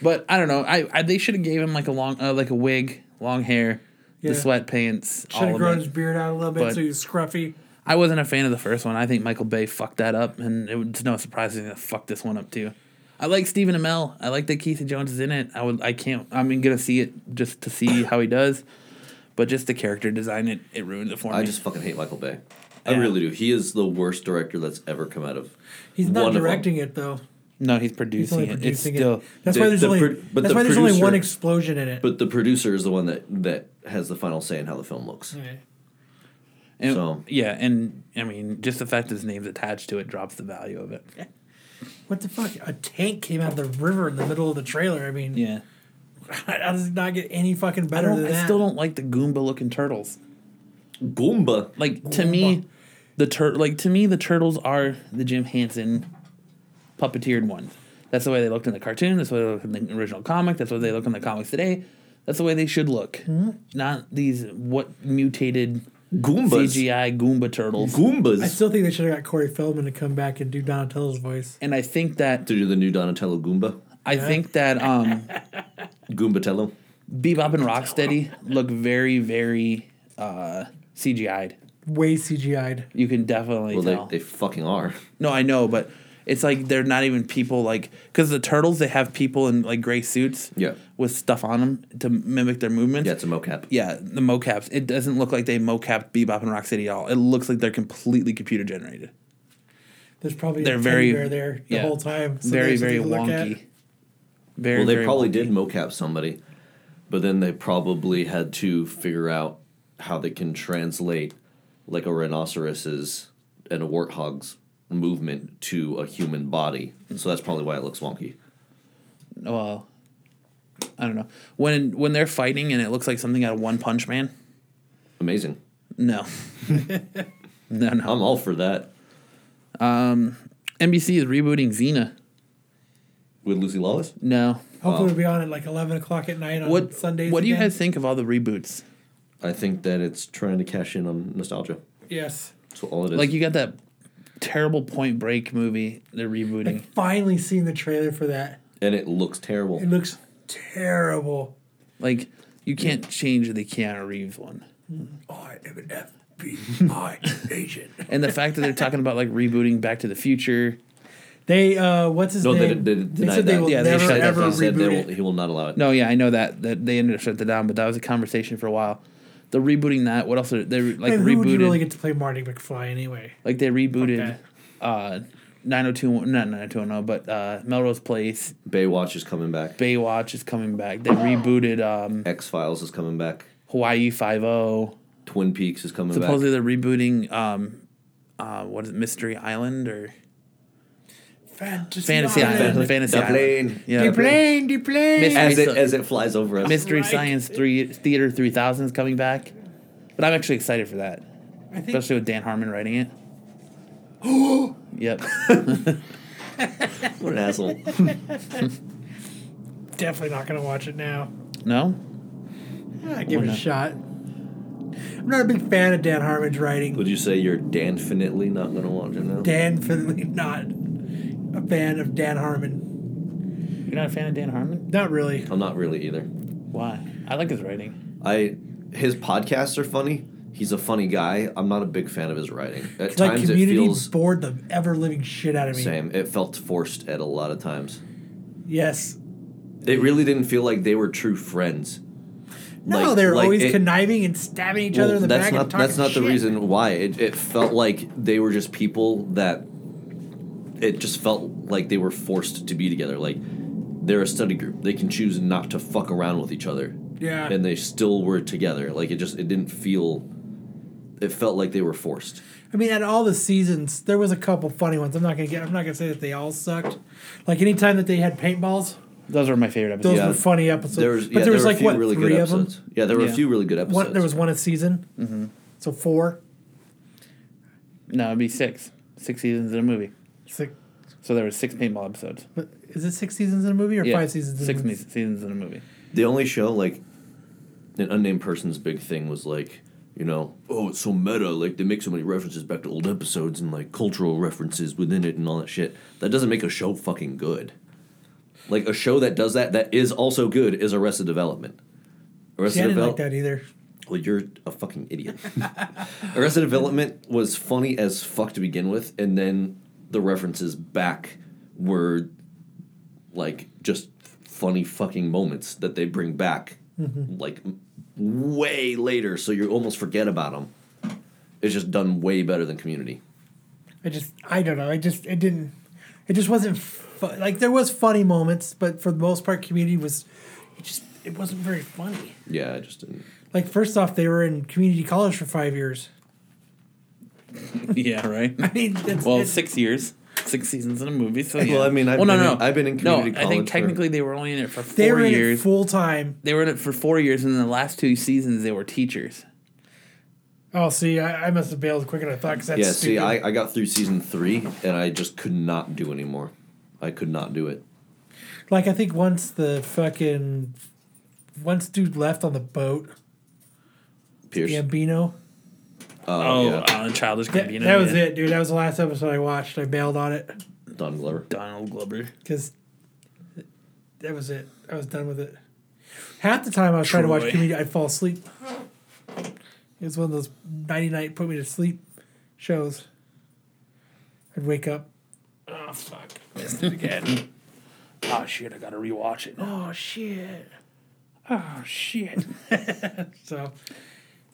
Speaker 2: But I don't know. I, I they should have gave him like a long uh, like a wig, long hair, the
Speaker 4: Yeah.
Speaker 2: sweatpants.
Speaker 4: Should
Speaker 2: all
Speaker 4: have
Speaker 2: of
Speaker 4: grown
Speaker 2: it.
Speaker 4: his beard out a little bit
Speaker 2: But-
Speaker 4: so he was scruffy.
Speaker 2: I wasn't a fan of the first one. I think Michael Bay fucked that up, and it was no surprise he's gonna fuck this one up too. I like Stephen Amell. I like that Keith Jones is in it. I would. I can't. I mean, gonna see it just to see how he does, but just the character design it it ruined it for me.
Speaker 3: I just fucking hate Michael Bay. I
Speaker 2: Yeah.
Speaker 3: really do. He is the worst director that's ever come out of.
Speaker 4: He's not
Speaker 3: one of them.
Speaker 4: directing it though.
Speaker 2: no, he's
Speaker 4: He's
Speaker 2: producing
Speaker 4: only
Speaker 2: it.
Speaker 4: producing
Speaker 2: it's
Speaker 4: it.
Speaker 2: still
Speaker 4: That's
Speaker 3: The-
Speaker 4: why there's
Speaker 3: the
Speaker 4: only
Speaker 3: pro- but
Speaker 4: that's
Speaker 3: the
Speaker 4: why there's only
Speaker 3: producer-
Speaker 4: one explosion in it.
Speaker 3: But the producer is the one that that has the final say in how the film looks.
Speaker 4: Right.
Speaker 2: and-
Speaker 3: so-
Speaker 2: yeah, and I mean, just the fact his name's attached to it drops the value of it.
Speaker 4: What the fuck? A tank came out of the river in the middle of the trailer. I mean,
Speaker 2: Yeah,
Speaker 4: how does it not get any fucking
Speaker 2: I
Speaker 4: better
Speaker 2: don't.
Speaker 4: than that?
Speaker 2: I still don't like the Goomba looking turtles.
Speaker 3: Goomba.
Speaker 2: like to me the tur- like to me the turtles are the Jim Henson puppeteered ones. That's the way they looked in the cartoon. That's the way they look in the original comic. That's the way they look in the comics today. That's the way they should look.
Speaker 4: Hmm?
Speaker 2: Not these what mutated
Speaker 3: Goombas.
Speaker 2: CGI Goomba turtles.
Speaker 4: I
Speaker 3: Goombas.
Speaker 4: still think they should have got Corey Feldman to come back and do Donatello's voice.
Speaker 2: And I think that
Speaker 3: to do the new Donatello Goomba.
Speaker 2: I think that um,
Speaker 3: Goombatello.
Speaker 2: Bebop and Rocksteady look very very uh, CGI'd.
Speaker 4: Way CGI'd.
Speaker 2: You can definitely
Speaker 3: Well,
Speaker 2: tell.
Speaker 3: they, they fucking are.
Speaker 2: No, I know, but it's like they're not even people like because the turtles they have people in like gray suits.
Speaker 3: Yeah.
Speaker 2: With stuff on them to mimic their movements.
Speaker 3: Yeah, it's a mocap.
Speaker 2: Yeah, the mocaps. It doesn't look like they mocapped Bebop and Rocksteady at all. It looks like they're completely computer generated.
Speaker 4: There's probably
Speaker 2: They're
Speaker 4: a
Speaker 2: very
Speaker 4: teddy bear there the
Speaker 2: yeah,
Speaker 4: whole time. so
Speaker 2: very
Speaker 4: there's
Speaker 2: very
Speaker 4: something to look at.
Speaker 2: wonky. Very.
Speaker 3: Well, they
Speaker 2: very
Speaker 3: probably
Speaker 2: wonky.
Speaker 3: did mocap somebody, but then they probably had to figure out how they can translate like a rhinoceros's and a warthog's movement to a human body. So that's probably why it looks wonky.
Speaker 2: Well, I don't know when when they're fighting and it looks like something out of One Punch Man.
Speaker 3: Amazing.
Speaker 2: No. no, no.
Speaker 3: I'm all for that.
Speaker 2: NBC is rebooting Xena.
Speaker 3: with Lucy Lawless.
Speaker 2: No.
Speaker 4: Hopefully, it'll be on at like eleven o'clock at night on
Speaker 2: What
Speaker 4: Sundays.
Speaker 2: What do you
Speaker 4: again.
Speaker 2: guys think of all the reboots?
Speaker 3: I think that it's trying to cash in on nostalgia.
Speaker 4: Yes,
Speaker 3: That's all it is.
Speaker 2: Like you got that terrible Point Break movie they're rebooting.
Speaker 4: finally seen the trailer for that.
Speaker 3: and it looks terrible.
Speaker 4: It looks terrible.
Speaker 2: Like you can't change the Keanu Reeves one.
Speaker 4: I am an FBI agent.
Speaker 2: And the fact that they're talking about like rebooting Back to the Future.
Speaker 4: They uh, what's his
Speaker 3: no, they,
Speaker 4: name?
Speaker 3: they, denied
Speaker 4: said
Speaker 3: that.
Speaker 4: they will
Speaker 2: Yeah, they
Speaker 4: never
Speaker 2: shut that
Speaker 4: ever
Speaker 2: down.
Speaker 3: They said they
Speaker 4: reboot
Speaker 3: will,
Speaker 4: it.
Speaker 3: he will not allow it.
Speaker 2: No, yeah, I know that that they ended up shutting it down, but that was a conversation for a while. They're rebooting that. What else are they like
Speaker 4: Like, who would
Speaker 2: rebooted?
Speaker 4: you really get to play Marty McFly anyway?
Speaker 2: like they rebooted
Speaker 4: Okay.
Speaker 2: uh 902 not 90210, but uh Melrose Place,
Speaker 3: Baywatch is coming back.
Speaker 2: Baywatch is coming back. They rebooted um
Speaker 3: X Files is coming back.
Speaker 2: Hawaii 50.
Speaker 3: Twin Peaks is coming
Speaker 2: Supposedly
Speaker 3: back.
Speaker 2: they're rebooting um uh what is it Mystery Island or
Speaker 4: Fantasy,
Speaker 2: Fantasy Island, Fantasy
Speaker 3: The
Speaker 2: Island.
Speaker 3: plane.
Speaker 2: Yeah.
Speaker 4: plane, the plane.
Speaker 2: Mystery
Speaker 3: As it
Speaker 2: Sci-
Speaker 3: as it flies over us.
Speaker 2: Mystery
Speaker 4: Right.
Speaker 2: Science 3 Theater 3000 is coming back. But I'm actually excited for that,
Speaker 4: I think
Speaker 2: especially with Dan Harmon writing it. yep.
Speaker 3: What an asshole.
Speaker 4: definitely not gonna watch it now.
Speaker 2: No?
Speaker 4: I Ah, give
Speaker 2: Why
Speaker 4: it a
Speaker 2: not?
Speaker 4: shot. I'm not a big fan of Dan Harmon's writing.
Speaker 3: Would you say you're definitely not gonna watch it now?
Speaker 4: Dan definitely not a fan of Dan Harmon.
Speaker 2: You're not a fan of Dan Harmon?
Speaker 4: Not really.
Speaker 3: I'm not really either.
Speaker 2: Why? I like his writing.
Speaker 3: I his podcasts are funny. He's a funny guy. I'm not a big fan of his writing. At
Speaker 4: Like
Speaker 3: times it
Speaker 4: community
Speaker 3: feels
Speaker 4: bored the ever living shit out of me.
Speaker 3: same. It felt forced at a lot of times.
Speaker 4: Yes.
Speaker 3: It really didn't feel like they were true friends.
Speaker 4: No,
Speaker 3: Like-
Speaker 4: they're
Speaker 3: like
Speaker 4: always
Speaker 3: it-
Speaker 4: conniving and stabbing each other in the
Speaker 3: that's
Speaker 4: back
Speaker 3: not
Speaker 4: and talking
Speaker 3: that's not
Speaker 4: shit.
Speaker 3: the reason why. It, it felt like they were just people that it just felt like they were forced to be together. Like they're a study group. They can choose not to fuck around with each other.
Speaker 4: Yeah.
Speaker 3: And they still were together. Like it just it didn't feel it felt like they were forced.
Speaker 4: I mean, at all the seasons, there was a couple funny ones. I'm not gonna get. I'm not gonna say that they all sucked. Like anytime that they had paintballs,
Speaker 2: Those are my favorite episodes.
Speaker 4: those
Speaker 3: Yeah.
Speaker 4: were funny episodes.
Speaker 3: There was,
Speaker 4: but
Speaker 3: yeah,
Speaker 4: there was
Speaker 3: were a
Speaker 4: like
Speaker 3: few
Speaker 4: what
Speaker 3: really
Speaker 4: three
Speaker 3: good
Speaker 4: of them.
Speaker 3: episodes. Yeah, there were
Speaker 2: Yeah.
Speaker 3: a few really good episodes. Mm-hmm.
Speaker 4: One, there was one a season, so four,
Speaker 2: No, it'd be six. Six seasons in a movie.
Speaker 4: six.
Speaker 2: So there was six paintball episodes.
Speaker 4: But is it six seasons in a movie or
Speaker 2: Yeah,
Speaker 4: five seasons? In
Speaker 2: Six
Speaker 4: a movie?
Speaker 2: me- seasons in a movie.
Speaker 3: The only show like an unnamed person's big thing was like, you know, oh, it's so meta. Like they make so many references back to old episodes and like cultural references within it and all that shit. That doesn't make a show fucking good. Like a show that does that that is also good is Arrested Development. Arrested
Speaker 4: See, I didn't like
Speaker 3: Develop-
Speaker 4: that either.
Speaker 3: Well, you're a fucking idiot. Arrested Development was funny as fuck to begin with, and then the references back were like just funny fucking moments that they bring back
Speaker 4: Mm-hmm.
Speaker 3: like m- way later, so you almost forget about them. It's just done way better than Community.
Speaker 4: I just, I don't know. I just, it didn't. It just wasn't fu- like there was funny moments, but for the most part, Community was, it just, it wasn't very funny.
Speaker 3: Yeah, I just didn't.
Speaker 4: Like first off, they were in community college for five years.
Speaker 2: yeah, right?
Speaker 4: I mean, it's,
Speaker 2: Well,
Speaker 4: it's-
Speaker 2: six years. Six seasons in a movie. So yeah.
Speaker 3: Well, I mean, I've
Speaker 2: well, no,
Speaker 3: been
Speaker 2: no,
Speaker 3: in-
Speaker 2: no.
Speaker 3: I've been in
Speaker 2: no,
Speaker 3: community
Speaker 2: I think
Speaker 3: college for-
Speaker 2: technically they were only in it for
Speaker 4: they
Speaker 2: four
Speaker 4: were in it
Speaker 2: years.
Speaker 4: full time.
Speaker 2: they were in it for four years, and then the last two seasons they were teachers.
Speaker 4: Oh, see, I, I must have bailed quicker than I thought. Cause that's
Speaker 3: Yeah,
Speaker 4: stupid.
Speaker 3: see, I, I got through season three, and I just could not do anymore. I could not do it.
Speaker 4: like I think once the fucking, once dude left on the boat,
Speaker 3: Pierce.
Speaker 4: Gambino.
Speaker 2: oh,
Speaker 3: yeah.
Speaker 2: uh, Childish
Speaker 4: That,
Speaker 2: Gambino.
Speaker 4: that was
Speaker 2: yeah.
Speaker 4: it, dude. That was the last episode I watched. I bailed on it
Speaker 3: Don Glover.
Speaker 2: Donald Glover.
Speaker 4: because that was it. I was done with it. Half the time I was trying to watch
Speaker 2: Troy.
Speaker 4: community, I'd fall asleep. It was one of those ninety night put me to sleep shows. I'd wake up. Oh fuck! Missed it again.
Speaker 2: Oh, shit, I gotta rewatch it.
Speaker 4: oh shit!
Speaker 2: Oh, shit.
Speaker 4: So,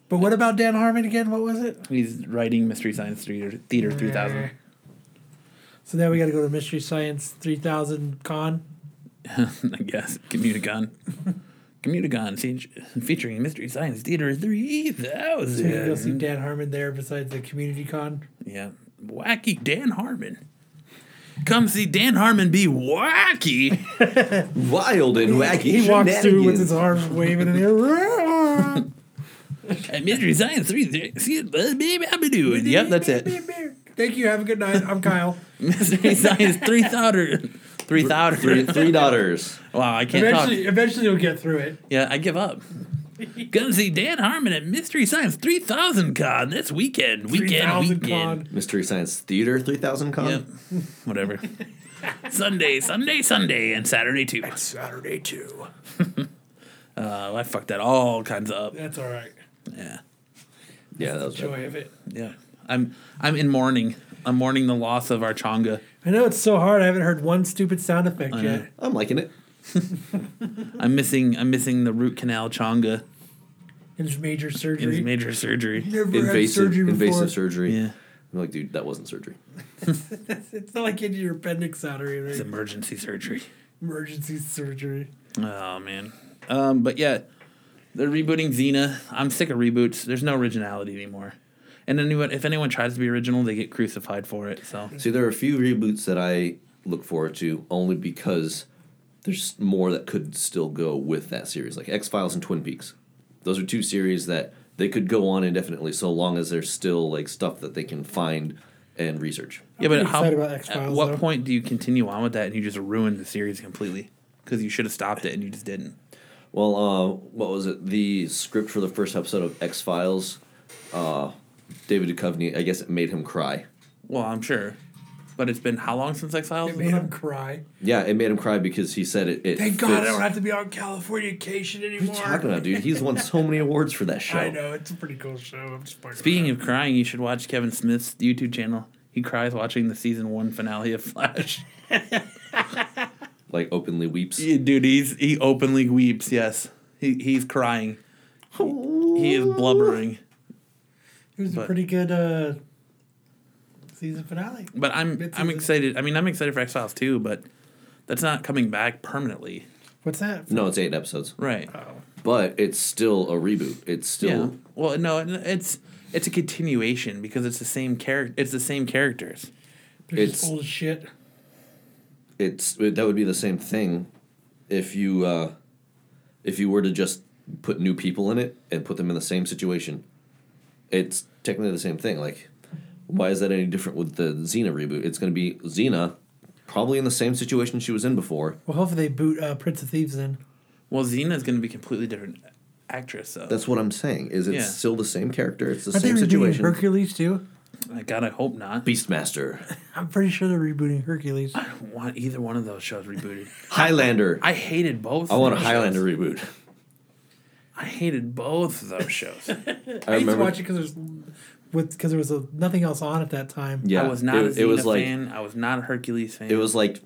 Speaker 4: but what about Dan Harmon again? What was it?
Speaker 2: He's writing Mystery Science Theater, Theater 3000.
Speaker 4: So now we got to go to Mystery Science three thousand con.
Speaker 2: I guess. Commuticon. Commuticon fe- featuring Mystery Science Theater
Speaker 4: So we can go see
Speaker 2: 3000.
Speaker 4: Dan Harmon there besides the community con.
Speaker 2: Yeah. Wacky Dan Harmon. Come see Dan Harmon be wacky.
Speaker 3: Wild and wacky.
Speaker 4: He walks through with his
Speaker 3: shenanigans.
Speaker 4: arms waving in the air.
Speaker 2: At Mystery Science 3000. See, uh, baby, I'll be doing. Yep, that's it.
Speaker 4: Thank you. Have a good night. I'm Kyle.
Speaker 2: Mystery Science three thousand. Three
Speaker 3: Three,
Speaker 2: thousand.
Speaker 3: three daughters.
Speaker 2: Wow, I can't
Speaker 4: eventually,
Speaker 2: talk.
Speaker 4: eventually you'll get through it.
Speaker 2: Yeah, I give up. Gonna see Dan Harmon at Mystery Science 3000 Con this weekend. Weekend,
Speaker 4: 3,000
Speaker 2: weekend.
Speaker 4: con.
Speaker 3: Mystery Science Theater 3000 Con.
Speaker 2: Yep. Whatever. Sunday, Sunday, Sunday, and Saturday too.
Speaker 4: Saturday too.
Speaker 2: Uh, I fucked that all kinds of up.
Speaker 4: That's all right.
Speaker 2: Yeah.
Speaker 3: Yeah, that was bad.
Speaker 4: Joy of it.
Speaker 2: Yeah. I'm I'm in mourning. I'm mourning the loss of our Chonga.
Speaker 4: I know it's so hard. I haven't heard one stupid sound effect yet.
Speaker 3: I'm liking it.
Speaker 2: I'm missing I'm missing the root canal Chonga
Speaker 4: And It's major
Speaker 2: in his
Speaker 4: surgery.
Speaker 2: major surgery.
Speaker 4: Never had
Speaker 3: Invasive,
Speaker 4: surgery before.
Speaker 3: invasive surgery.
Speaker 2: Yeah.
Speaker 3: I'm like, dude, that wasn't surgery.
Speaker 4: It's not like getting your appendix out or
Speaker 2: It's
Speaker 4: anything.
Speaker 2: emergency surgery.
Speaker 4: Emergency surgery.
Speaker 2: Oh man. Um, but yeah, they're rebooting Xena. I'm sick of reboots. There's no originality anymore. And anyone, if anyone tries to be original, they get crucified for it. So
Speaker 3: See, there are a few reboots that I look forward to only because there's more that could still go with that series, like X Files and Twin Peaks. Those are two series that they could go on indefinitely, so long as there's still like stuff that they can find and research.
Speaker 2: yeah, but
Speaker 4: pretty
Speaker 2: how?
Speaker 4: excited about X-Files,
Speaker 2: at what
Speaker 4: though.
Speaker 2: point do you continue on with that and you just ruin the series completely? Because you should have stopped it and you just didn't.
Speaker 3: Well, uh, what was it? The script for the first episode of X Files, uh, David Duchovny. I guess it made him cry.
Speaker 2: Well, I'm sure. But it's been how long since X
Speaker 3: Oh,
Speaker 2: Files?
Speaker 4: It made him cry.
Speaker 3: Yeah, it made him cry because he said it. it
Speaker 4: Thank God I
Speaker 3: fits.
Speaker 4: don't have to be on Californication anymore.
Speaker 3: What are you talking about, dude? He's won so many awards for that show.
Speaker 4: I know it's a pretty cool show. I'm just fucking
Speaker 2: Speaking of
Speaker 4: around.
Speaker 2: crying, you should watch Kevin Smith's YouTube channel. He cries watching the season one finale of Flash.
Speaker 3: Like openly weeps.
Speaker 2: Yeah, dude, he's he openly weeps. Yes, he he's crying. He, he is blubbering.
Speaker 4: it was
Speaker 2: but-
Speaker 4: a pretty good uh, season finale.
Speaker 2: But I'm I'm
Speaker 4: Mid-season.
Speaker 2: excited. I mean, I'm excited for X Files too, but that's not coming back permanently,
Speaker 4: What's that?
Speaker 3: No, it's eight episodes,
Speaker 2: right?
Speaker 3: but it's still a reboot. It's
Speaker 2: yeah.
Speaker 3: still
Speaker 2: Well, no, it- it's it's a continuation because it's the same character. It's the same characters.
Speaker 4: They're just
Speaker 3: it's-
Speaker 4: old as shit.
Speaker 3: it's it, that would be the same thing if you uh, if you were to just put new people in it and put them in the same situation. It's technically the same thing. Like, why is that any different with the Xena reboot? It's going to be Xena, probably in the same situation she was in before.
Speaker 4: Well, hopefully they boot uh, Prince of Thieves in.
Speaker 2: Well, Xena's going to be a completely different actress. So
Speaker 3: That's what I'm saying. Is it's
Speaker 2: Yeah.
Speaker 3: still the same character? It's the
Speaker 4: Are they
Speaker 3: same
Speaker 4: rebooting
Speaker 3: situation.
Speaker 4: Hercules too?
Speaker 2: I God, I hope not.
Speaker 3: Beastmaster,
Speaker 4: I'm pretty sure they're rebooting Hercules.
Speaker 2: I don't want either one of those shows rebooted.
Speaker 3: Highlander. I,
Speaker 2: I hated both. of
Speaker 3: want a
Speaker 2: those
Speaker 3: Highlander
Speaker 2: shows.
Speaker 3: reboot.
Speaker 2: I hated both of those shows.
Speaker 4: I, used to watch it because there's with because there was a, nothing else on at that time.
Speaker 3: Yeah,
Speaker 2: I was not a
Speaker 3: it,
Speaker 2: Xena
Speaker 3: it was like
Speaker 2: fan. I was not a Hercules fan.
Speaker 3: it was like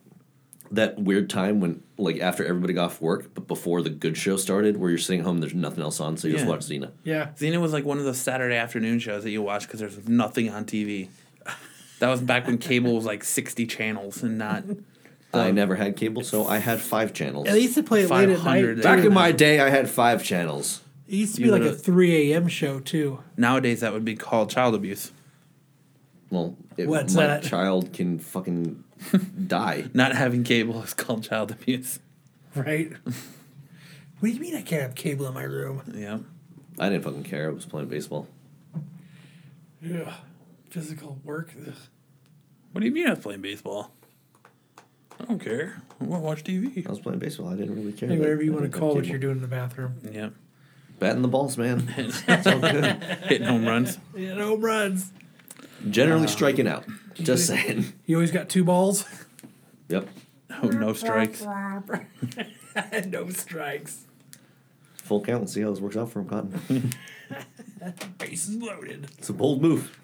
Speaker 3: that weird time when like after everybody got off work, but before the good show started, where you're sitting home, there's nothing else on, so you just
Speaker 2: Yeah.
Speaker 3: watch Xena.
Speaker 4: Yeah.
Speaker 2: Xena was like one of those Saturday afternoon shows that you watch because there's nothing on TV. That was back when cable was like 60 channels and not.
Speaker 3: I never had cable, so I had five channels.
Speaker 4: They used to play it late Um, at
Speaker 2: 500
Speaker 4: night.
Speaker 2: and-
Speaker 4: It
Speaker 3: Back in my day, I had five channels.
Speaker 4: used to
Speaker 2: You
Speaker 4: be like a
Speaker 2: would've-
Speaker 4: 3 a.m. show too.
Speaker 2: Nowadays, that would be called child abuse.
Speaker 3: Well, if
Speaker 4: What's
Speaker 3: my
Speaker 4: that?
Speaker 3: child can fucking die.
Speaker 2: Not having cable is called child abuse.
Speaker 4: Right. what do you mean I can't have cable in my room?
Speaker 2: Yeah.
Speaker 3: I didn't fucking care. I was playing baseball.
Speaker 4: Ugh. Physical work. Ugh.
Speaker 2: What do you mean I was playing baseball? I don't care. I want to watch TV.
Speaker 3: I was playing baseball. I didn't really care.
Speaker 4: Hey,
Speaker 3: that
Speaker 4: whatever you
Speaker 3: I
Speaker 4: want to
Speaker 3: didn't have
Speaker 4: call what
Speaker 3: cable.
Speaker 4: you're doing in the bathroom.
Speaker 2: Yeah.
Speaker 3: Batting the balls, man. It's all good.
Speaker 2: Hitting home runs.
Speaker 4: You know, runs.
Speaker 3: Generally striking out. Just saying.
Speaker 4: You always got two balls.
Speaker 3: Yep.
Speaker 2: Oh, no strikes.
Speaker 4: no strikes.
Speaker 3: Full count. Let's see how this works out for him, Cotton.
Speaker 4: Base is loaded.
Speaker 3: It's a bold move.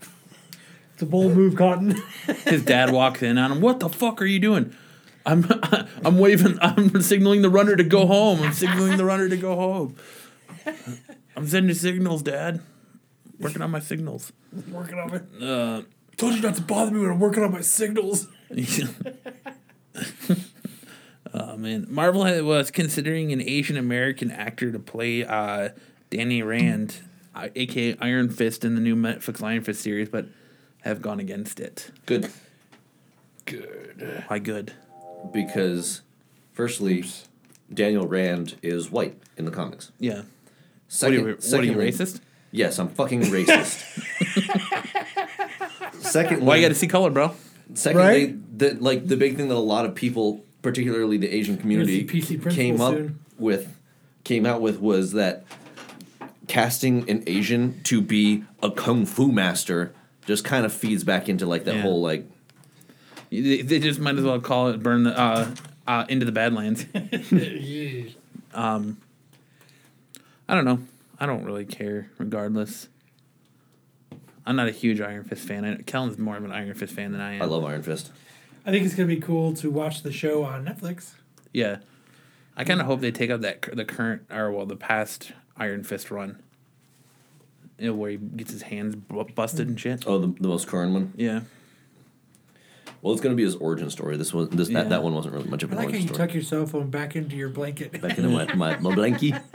Speaker 4: It's a bold move, Cotton.
Speaker 2: His dad walks in on him. What the fuck are you doing? I'm I'm waving. I'm signaling the runner to go home. I'm signaling the runner to go home. I'm sending signals, Dad. Working on my signals.
Speaker 4: working on it.
Speaker 2: Uh,
Speaker 4: Told you not to bother me when I'm working on my signals.
Speaker 2: oh man, Marvel had- was considering an Asian American actor to play uh, Danny Rand, uh, aka Iron Fist, in the new Netflix Iron Fist series, but have gone against it.
Speaker 3: Good.
Speaker 2: Why good?
Speaker 3: because firstly Daniel Rand is white in the comics.
Speaker 2: Yeah. What are
Speaker 3: Second,
Speaker 2: you, what are you
Speaker 3: secondly-
Speaker 2: racist?
Speaker 3: Yes, I'm fucking racist. Secondly,
Speaker 2: Why you got to see color, bro?
Speaker 3: secondly,
Speaker 4: Right?
Speaker 3: the, like the big thing that a lot of people, particularly the Asian community,
Speaker 4: You're gonna see PC Principal
Speaker 3: came up
Speaker 4: soon.
Speaker 3: with, came out with was that casting an Asian to be a kung fu master just kind of feeds back into like that
Speaker 2: Yeah.
Speaker 3: whole like
Speaker 2: They, they just might as well call it burn the uh, uh, into the Badlands. um, I don't know. I don't really care. Regardless, I'm not a huge Iron Fist fan. I, Kellen's more of an Iron Fist fan than I am.
Speaker 3: I love Iron Fist.
Speaker 4: I think it's gonna be cool to watch the show on Netflix.
Speaker 2: Yeah, I kind of hope they take up that cur- the current or well the past Iron Fist run, you know, where he gets his hands bu- busted and shit.
Speaker 3: Oh, the, the most current one.
Speaker 2: Yeah,
Speaker 3: Well, it's gonna be his origin story. This one, this
Speaker 2: Yeah.
Speaker 3: that, that one wasn't really much of
Speaker 4: I
Speaker 3: an
Speaker 4: like how
Speaker 3: origin
Speaker 4: you
Speaker 3: story.
Speaker 4: tuck your cell phone back into your blanket.
Speaker 3: Back into my my, my blankie.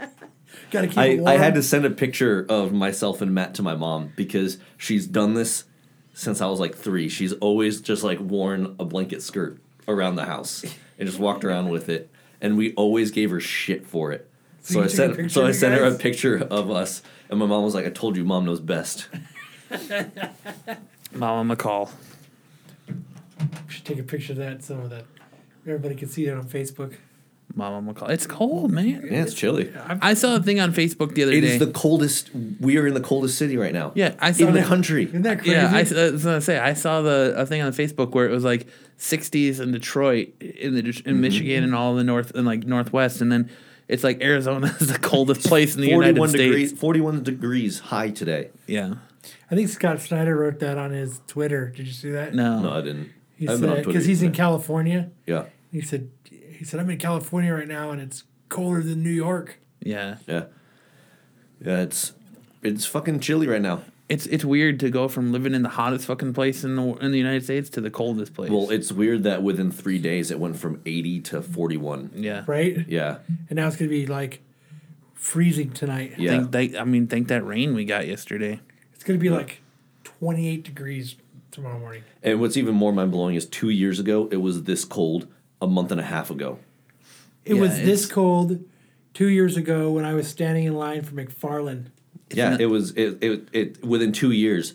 Speaker 4: Gotta keep
Speaker 3: I,
Speaker 4: it warm.
Speaker 3: I had to send a picture of myself and Matt to my mom because she's done this since I was like three. She's always just like worn a blanket skirt around the house and just walked around with it, and we always gave her shit for it.
Speaker 4: So
Speaker 3: So, I
Speaker 4: you took a
Speaker 3: sent
Speaker 4: picture
Speaker 3: so
Speaker 4: of
Speaker 3: I
Speaker 4: you
Speaker 3: sent her a
Speaker 4: guys?
Speaker 3: picture of us, and my mom was like, "I told you, mom knows best."
Speaker 2: Mama McCall.
Speaker 4: Should take a picture of that so that everybody can see it on Facebook.
Speaker 2: Mama McCall. It's cold, man.
Speaker 3: Yeah, it's chilly.
Speaker 2: I saw a thing on Facebook the other
Speaker 3: It
Speaker 2: day.
Speaker 3: is the coldest. We are in the coldest city right now.
Speaker 2: Yeah, I saw
Speaker 3: in the
Speaker 2: that.
Speaker 3: country.
Speaker 4: Isn't that crazy?
Speaker 2: yeah, I, s- I was gonna say I saw the a thing on Facebook where it was like 60s in Detroit, in the in Michigan, and all the north and like northwest, and then it's like Arizona is the coldest place in the United
Speaker 3: Forty-one
Speaker 2: States.
Speaker 3: degrees. Forty-one degrees high today.
Speaker 2: Yeah,
Speaker 4: I think Scott Snyder wrote that on his Twitter. Did you see that?
Speaker 2: no,
Speaker 3: No, I didn't.
Speaker 4: He
Speaker 3: I've been on
Speaker 4: said
Speaker 3: Twitter
Speaker 4: because he's in
Speaker 3: today.
Speaker 4: California.
Speaker 3: Yeah,
Speaker 4: He said he said I'm in California right now and it's colder than New York.
Speaker 2: yeah,
Speaker 3: yeah, yeah. It's it's fucking chilly right now.
Speaker 2: it's it's weird to go from living in the hottest fucking place in the wo- in the United States to the coldest place.
Speaker 3: Well, it's weird that within three days it went from eighty to forty-one.
Speaker 2: yeah,
Speaker 4: Right?
Speaker 3: Yeah,
Speaker 4: And now it's gonna be like freezing tonight.
Speaker 3: yeah.
Speaker 2: Think that, I mean, think that rain we got yesterday.
Speaker 4: It's gonna be like 28 degrees tomorrow morning.
Speaker 3: and what's even more mind blowing is two years ago it was this cold. A month and a half ago.
Speaker 4: It was
Speaker 2: Yeah,
Speaker 4: this
Speaker 2: it's-
Speaker 4: cold two years ago when I was standing in line for McFarland.
Speaker 3: yeah,
Speaker 2: not-
Speaker 3: it was it, it it within two years.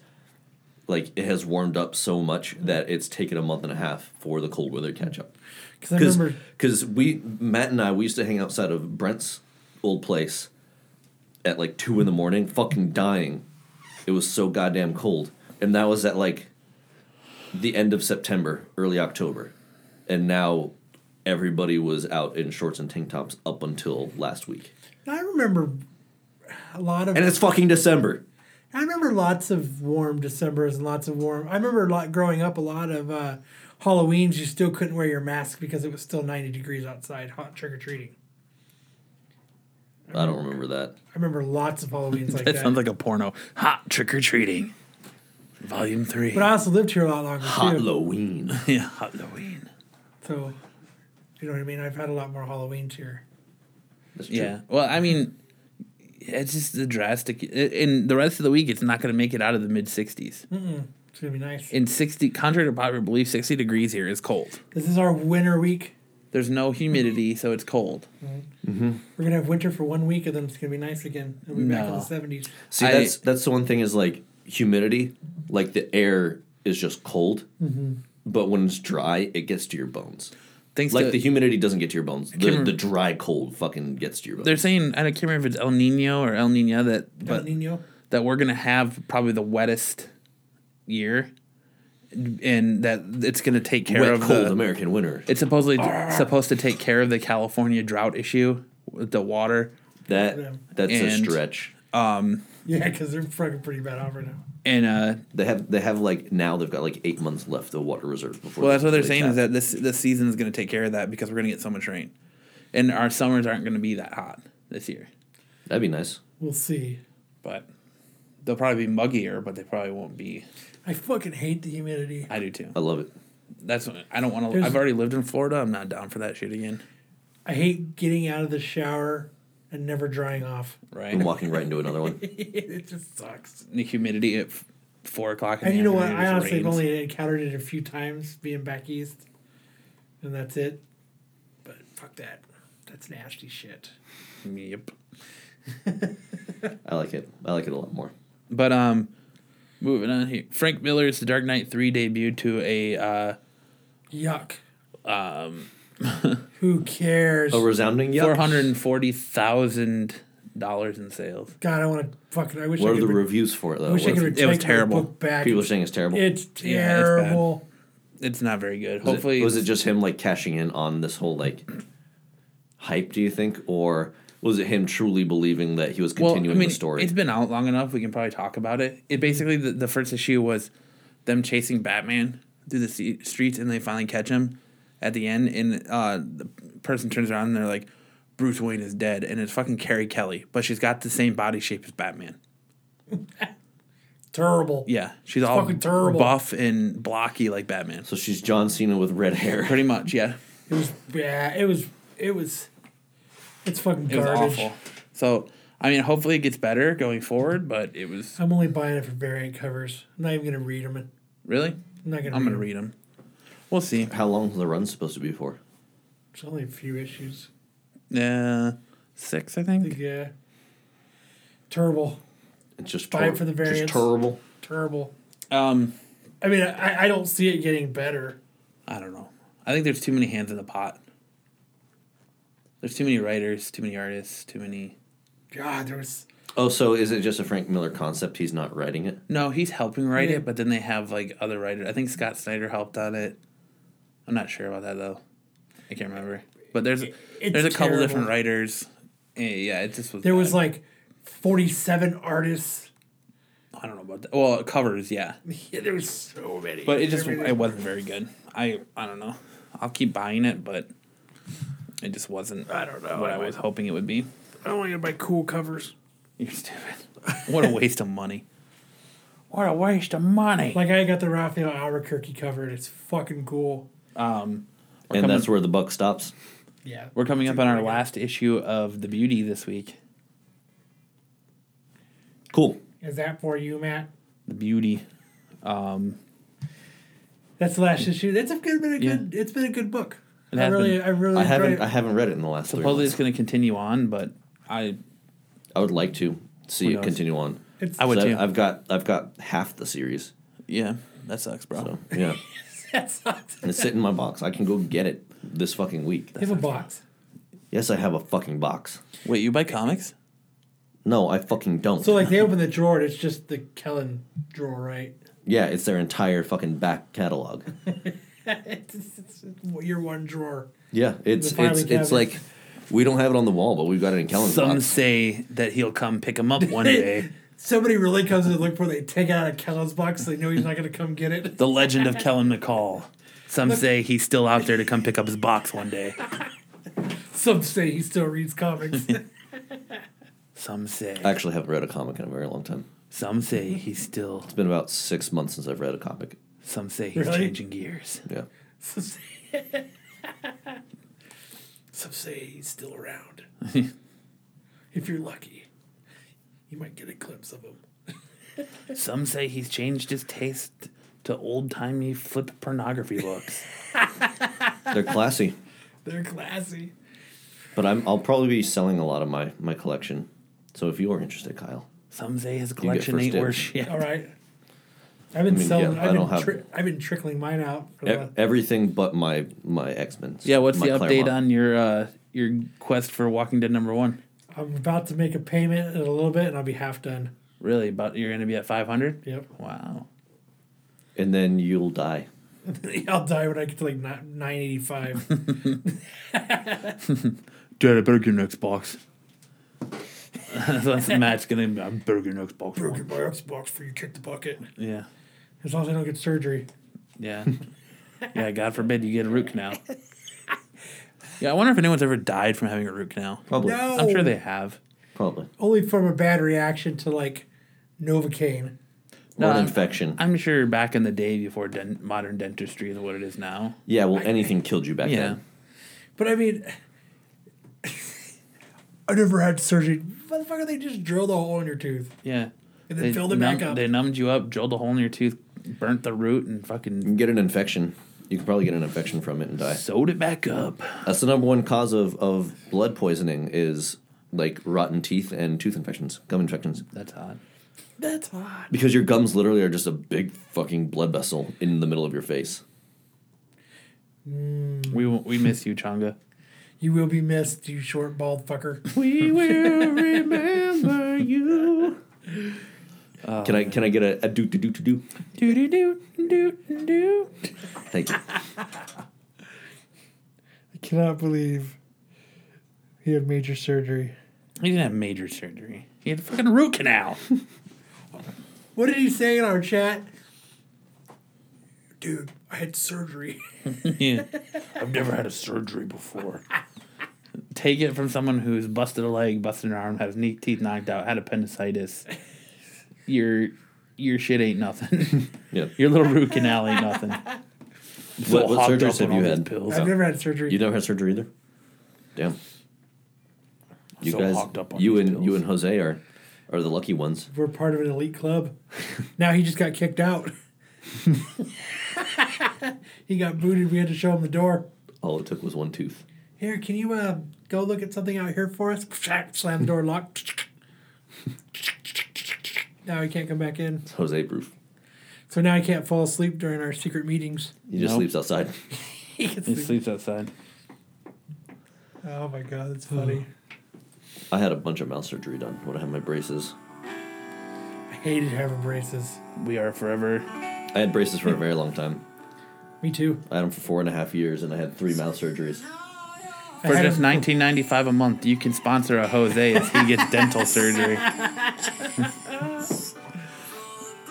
Speaker 3: Like it has warmed up so much that it's taken a month and a half for the cold weather to catch up.
Speaker 4: Because I
Speaker 3: Because
Speaker 4: remember
Speaker 3: because we Matt and I we used to hang outside of Brent's old place at like two in the morning, fucking dying. It was so goddamn cold, and that was at like the end of September, early October, and now everybody was out in shorts and tank tops up until last week,
Speaker 4: I remember a lot of
Speaker 3: and it's fucking December.
Speaker 4: I remember lots of warm Decembers and lots of warm. I remember a lot growing up. A lot of uh, Halloweens, you still couldn't wear your mask because it was still ninety degrees outside, hot trick or treating.
Speaker 3: I don't remember that.
Speaker 4: I remember lots of Halloweens like
Speaker 2: that
Speaker 4: that.
Speaker 2: sounds like a porno. Hot trick or treating, volume three.
Speaker 4: but I also lived here a lot longer too.
Speaker 3: Halloween.
Speaker 2: yeah, Halloween.
Speaker 4: So, you know what I mean. I've had a lot more Halloweens here.
Speaker 3: That's true.
Speaker 2: Yeah. Well, I mean, it's just a drastic. In the rest of the week, it's not going to make it out of the mid 60s.
Speaker 3: Hmm.
Speaker 4: It's gonna be nice.
Speaker 2: In 60, contrary to popular belief, 60 degrees here is cold.
Speaker 4: this is our winter week.
Speaker 2: There's no humidity,
Speaker 3: Hmm.
Speaker 2: so it's cold.
Speaker 4: We're gonna have winter for one week, and then it's gonna be nice again. We'll be back in
Speaker 2: No.
Speaker 4: the seventies.
Speaker 3: See,
Speaker 2: I-
Speaker 3: that's that's the one thing is like humidity, like the air is just cold,
Speaker 4: Mm-hmm.
Speaker 3: but when it's dry, it gets to your bones.
Speaker 2: Thanks
Speaker 3: like
Speaker 2: to,
Speaker 3: the humidity doesn't get to your bones. The,
Speaker 2: remember-
Speaker 3: the dry cold fucking gets to your bones.
Speaker 2: they're saying I can't remember if it's El Nino or El Nina that
Speaker 4: El
Speaker 2: but
Speaker 4: Nino.
Speaker 2: that we're gonna have probably the wettest year, and that it's gonna take care
Speaker 3: Wet,
Speaker 2: of
Speaker 3: cold
Speaker 2: the,
Speaker 3: American winter.
Speaker 2: It's supposedly supposed to take care of the California drought issue with the water.
Speaker 3: that that's a
Speaker 2: And-
Speaker 3: stretch.
Speaker 4: Yeah, because they're fucking pretty bad off right now.
Speaker 2: And uh,
Speaker 3: They have they have like now they've got like eight months left of water reserves before.
Speaker 2: Well, that's what they're
Speaker 3: they
Speaker 2: saying is
Speaker 3: cap.
Speaker 2: that this this season is going to take care of that because we're going to get so much rain, and our summers aren't going to be that hot this year.
Speaker 3: that'd be nice.
Speaker 4: We'll see.
Speaker 2: But they'll probably be muggier, but they probably won't be.
Speaker 4: I fucking hate the humidity.
Speaker 2: I do too.
Speaker 3: I love it.
Speaker 2: That's what, I don't want to.
Speaker 4: There's-
Speaker 2: I've already lived in Florida. I'm not down for that shit again.
Speaker 4: I hate getting out of the shower and never drying off.
Speaker 2: Right.
Speaker 3: I'm walking right into another one.
Speaker 4: it just sucks.
Speaker 2: The humidity at f- four o'clock. In
Speaker 4: And
Speaker 2: the
Speaker 4: you know what?
Speaker 2: afternoon
Speaker 4: I
Speaker 2: just
Speaker 4: honestly have
Speaker 2: rains.
Speaker 4: only encountered it a few times being back east, and that's it. But fuck that. That's nasty shit.
Speaker 2: Yep.
Speaker 3: I like it. I like it a lot more.
Speaker 2: But um, Moving on here. Frank Miller's The Dark Knight 3 debuted to a uh,
Speaker 4: Yuck. Um. Who cares?
Speaker 3: A resounding yuck.
Speaker 2: $440,000 in sales.
Speaker 4: God, I want to fucking. I wish.
Speaker 3: What
Speaker 4: I
Speaker 3: are
Speaker 4: could
Speaker 3: the
Speaker 4: re-
Speaker 3: reviews for it
Speaker 4: I
Speaker 3: though?
Speaker 4: wish I
Speaker 3: What is
Speaker 4: could re-
Speaker 3: it-
Speaker 2: It was
Speaker 4: take my
Speaker 2: terrible.
Speaker 4: book back.
Speaker 3: People are saying it's terrible.
Speaker 4: it's
Speaker 2: Yeah, it's bad.
Speaker 4: terrible.
Speaker 2: It's not very good.
Speaker 3: Was it-
Speaker 2: Hopefully,
Speaker 3: was it just him like cashing in on this whole like hype? Do you think, or was it him truly believing that he was
Speaker 2: well,
Speaker 3: continuing
Speaker 2: I mean,
Speaker 3: the story?
Speaker 2: It's been out long enough. We can probably talk about it. It basically the, the first issue was them chasing Batman through the se- streets, and they finally catch him at the end. And uh, the person turns around and they're like, "Bruce Wayne is dead," and it's fucking Carrie Kelly, but she's got the same body shape as Batman.
Speaker 4: Terrible.
Speaker 2: Yeah, she's all
Speaker 4: fucking terrible.
Speaker 2: buff and blocky like Batman.
Speaker 3: so she's John Cena with red hair.
Speaker 2: Pretty much, yeah.
Speaker 4: It was bad. It was. It was. It's fucking
Speaker 2: It was
Speaker 4: garbage.
Speaker 2: awful. So, I mean, hopefully it gets better going forward, but it was
Speaker 4: I'm only buying it for variant covers. I'm not even gonna read them. I'm
Speaker 2: really.
Speaker 4: not gonna.
Speaker 2: I'm gonna
Speaker 4: them.
Speaker 2: read them. We'll see.
Speaker 3: How long was the run supposed to be for?
Speaker 4: It's only a few issues.
Speaker 2: Uh, six, I
Speaker 4: Like,
Speaker 2: think.
Speaker 4: yeah. Terrible.
Speaker 3: It's just
Speaker 4: Buy it
Speaker 3: tor-
Speaker 4: for the variants.
Speaker 3: Just terrible.
Speaker 4: Terrible.
Speaker 2: Um,
Speaker 4: I mean, I, I don't see it getting better.
Speaker 2: I don't know. I think there's too many hands in the pot. There's too many writers, too many artists, too many.
Speaker 4: God, there was.
Speaker 3: Oh, so is it just a Frank Miller concept? He's not writing it.
Speaker 2: No, he's helping write
Speaker 4: Yeah.
Speaker 2: it, but then they have like other writers. I think Scott Snyder helped on it. I'm not sure about that though. I can't remember. But there's
Speaker 4: it's
Speaker 2: there's a couple
Speaker 4: terrible.
Speaker 2: different writers. Eh, Yeah, it just was.
Speaker 4: There
Speaker 2: bad.
Speaker 4: was like 47 artists.
Speaker 2: I don't know about that. Well, covers, yeah,
Speaker 4: Yeah, there was so many.
Speaker 2: but it just
Speaker 4: Everything.
Speaker 2: it wasn't very good. I I don't know. I'll keep buying it, but it just wasn't.
Speaker 4: I don't know.
Speaker 2: what
Speaker 4: I
Speaker 2: I was hoping it would be.
Speaker 4: I don't want to buy cool covers.
Speaker 2: You're stupid. What a waste of money. What a waste of money.
Speaker 4: Like I got the Raphael Albuquerque cover, and it's fucking cool.
Speaker 3: and that's where the buck stops.
Speaker 4: Yeah,
Speaker 2: We're coming up on our last issue of The Beauty this week.
Speaker 3: Cool.
Speaker 4: Is that for you, Matt?
Speaker 2: The Beauty.
Speaker 4: That's the last issue. That's a good, been a
Speaker 2: Yeah.
Speaker 4: good. It's been a good book.
Speaker 2: It
Speaker 4: I
Speaker 2: has
Speaker 4: really,
Speaker 2: been.
Speaker 4: I really
Speaker 3: I
Speaker 4: enjoyed
Speaker 3: haven't
Speaker 4: it.
Speaker 3: I haven't read it in the last three
Speaker 2: Supposedly
Speaker 3: months.
Speaker 2: it's going to continue on, but I
Speaker 3: I would like to see
Speaker 2: Who
Speaker 3: it
Speaker 2: knows?
Speaker 3: continue on.
Speaker 4: It's,
Speaker 2: I would
Speaker 3: So
Speaker 2: too.
Speaker 3: I've got I've got half the series.
Speaker 2: yeah, that sucks, bro.
Speaker 3: So yeah,
Speaker 4: that's not.
Speaker 3: and it's sitting in my box. I can go get it this fucking week.
Speaker 4: You have a box.
Speaker 3: Yes, I have a fucking box.
Speaker 2: Wait, you buy comics?
Speaker 3: No, I fucking don't.
Speaker 4: So like they open the drawer, and it's just the Kellen drawer, right?
Speaker 3: yeah, it's their entire fucking back catalog.
Speaker 4: It's, it's, it's your one drawer.
Speaker 3: Yeah, it's
Speaker 4: filing
Speaker 3: it's it's
Speaker 4: cabinet.
Speaker 3: like we don't have it on the wall, but we've got it in Kellen's
Speaker 2: Some
Speaker 3: box.
Speaker 2: say that he'll come pick them up one day.
Speaker 4: Somebody really comes to look for. it, They take out a Kellen's box. They know he's not going to come get it.
Speaker 2: The legend of Kellen McCall. Some say he's still out there to come pick up his box one day.
Speaker 4: Some say he still reads comics.
Speaker 2: Some say.
Speaker 3: I actually haven't read a comic in a very long time.
Speaker 2: Some say he's still.
Speaker 3: It's been about six months since I've read a comic.
Speaker 2: Some say he's
Speaker 4: Really?
Speaker 2: changing gears.
Speaker 3: Yeah,
Speaker 4: Some say, Some say he's still around. if you're lucky, you might get a glimpse of him.
Speaker 2: Some say he's changed his taste to old timey flip pornography looks.
Speaker 3: they're classy,
Speaker 4: They're classy.
Speaker 3: but I'm I'll probably be selling a lot of my my collection. So if you are interested, Kyle,
Speaker 2: Some say his collection
Speaker 3: first
Speaker 2: ain't
Speaker 3: dibs.
Speaker 2: worth shit.
Speaker 4: All right. I've been
Speaker 3: mean,
Speaker 4: selling.
Speaker 3: yeah, I
Speaker 4: I've, been
Speaker 3: don't have-
Speaker 4: tri- I've been trickling mine out. For
Speaker 3: e-
Speaker 4: the,
Speaker 3: everything but my my X Men.
Speaker 2: Yeah, what's
Speaker 3: my
Speaker 2: the update
Speaker 3: Claremont.
Speaker 2: on your uh, your quest for Walking Dead number one?
Speaker 4: I'm about to make a payment in a little bit, and I'll be half done.
Speaker 2: Really, but you're gonna be at five hundred.
Speaker 4: Yep.
Speaker 2: Wow.
Speaker 3: And then you'll die.
Speaker 4: I'll die when I get to like nine eighty five.
Speaker 2: Dad, I better get an Xbox. That's Matt's gonna. be, I better get an Xbox.
Speaker 4: Broke
Speaker 2: One.
Speaker 4: my Xbox for you kick the bucket.
Speaker 2: Yeah.
Speaker 4: As long as I don't get surgery.
Speaker 2: Yeah. yeah. God forbid you get a root canal. Yeah, I wonder if anyone's ever died from having a root canal.
Speaker 3: Probably.
Speaker 4: No.
Speaker 2: I'm sure they have.
Speaker 3: Probably.
Speaker 4: Only from a bad reaction to like Novocaine.
Speaker 2: No,
Speaker 3: or an
Speaker 2: I'm-
Speaker 3: infection.
Speaker 2: I'm sure back in the day before den- modern dentistry is what it is now.
Speaker 3: yeah, well, anything killed you back
Speaker 2: Yeah.
Speaker 3: then.
Speaker 4: But I mean, I never had surgery. Motherfucker, they just drilled a hole in your tooth.
Speaker 2: Yeah.
Speaker 4: And then filled it back up.
Speaker 2: They numbed you up, drilled a hole in your tooth, burnt the root, and
Speaker 3: You
Speaker 2: fucking
Speaker 3: can get an infection. You can probably get an infection from it and die.
Speaker 2: sewed it back up.
Speaker 3: That's the number one cause of, of blood poisoning is like rotten teeth and tooth infections, gum infections.
Speaker 2: That's hot.
Speaker 4: That's hot.
Speaker 3: Because your gums literally are just a big fucking blood vessel in the middle of your face.
Speaker 2: We we miss you, Changa.
Speaker 4: You will be missed, you short bald fucker.
Speaker 2: We will remember you.
Speaker 3: can I can I get a, a do do do do do?
Speaker 2: Do do do do do.
Speaker 3: Thank you.
Speaker 4: I cannot believe he had major surgery.
Speaker 2: He didn't have major surgery. He had a fucking root canal.
Speaker 4: What did he say in our chat? Dude, I had surgery.
Speaker 2: yeah. I've never had a surgery before. Take it from someone who's busted a leg, busted an arm, had his knee, teeth knocked out, had appendicitis. Your your shit ain't nothing.
Speaker 3: Yeah.
Speaker 2: your little root canal ain't nothing.
Speaker 3: What,
Speaker 2: So
Speaker 3: what
Speaker 2: hopped
Speaker 3: surgeries
Speaker 2: up on
Speaker 3: have you
Speaker 2: all these
Speaker 3: had?
Speaker 2: pills.
Speaker 4: I've never had surgery.
Speaker 3: You never had surgery either. Damn. You
Speaker 2: so
Speaker 3: guys,
Speaker 2: hopped up on
Speaker 3: you
Speaker 2: these
Speaker 3: and you
Speaker 2: pills.
Speaker 3: and Jose are are the lucky ones.
Speaker 4: We're part of an elite club. now he just got kicked out. he got booted. We had to show him the door.
Speaker 3: All it took was one tooth.
Speaker 4: Here, can you uh, go look at something out here for us? Slam the door locked. now he can't come back in.
Speaker 3: It's Jose proof.
Speaker 4: So now he can't fall asleep during our secret meetings.
Speaker 3: He just
Speaker 2: Nope.
Speaker 3: sleeps outside.
Speaker 4: He can
Speaker 2: He
Speaker 4: sleep.
Speaker 2: sleeps outside.
Speaker 4: Oh my god, that's funny.
Speaker 3: I had a bunch of mouth surgery done when I had my braces.
Speaker 4: I hated having braces.
Speaker 2: We are forever.
Speaker 3: I had braces for a very long time.
Speaker 4: Me too.
Speaker 3: I had them for four and a half years, and I had three mouth surgeries.
Speaker 2: For
Speaker 4: had
Speaker 2: just
Speaker 4: him-
Speaker 2: nineteen ninety five a month, you can sponsor a Jose as he gets dental surgery.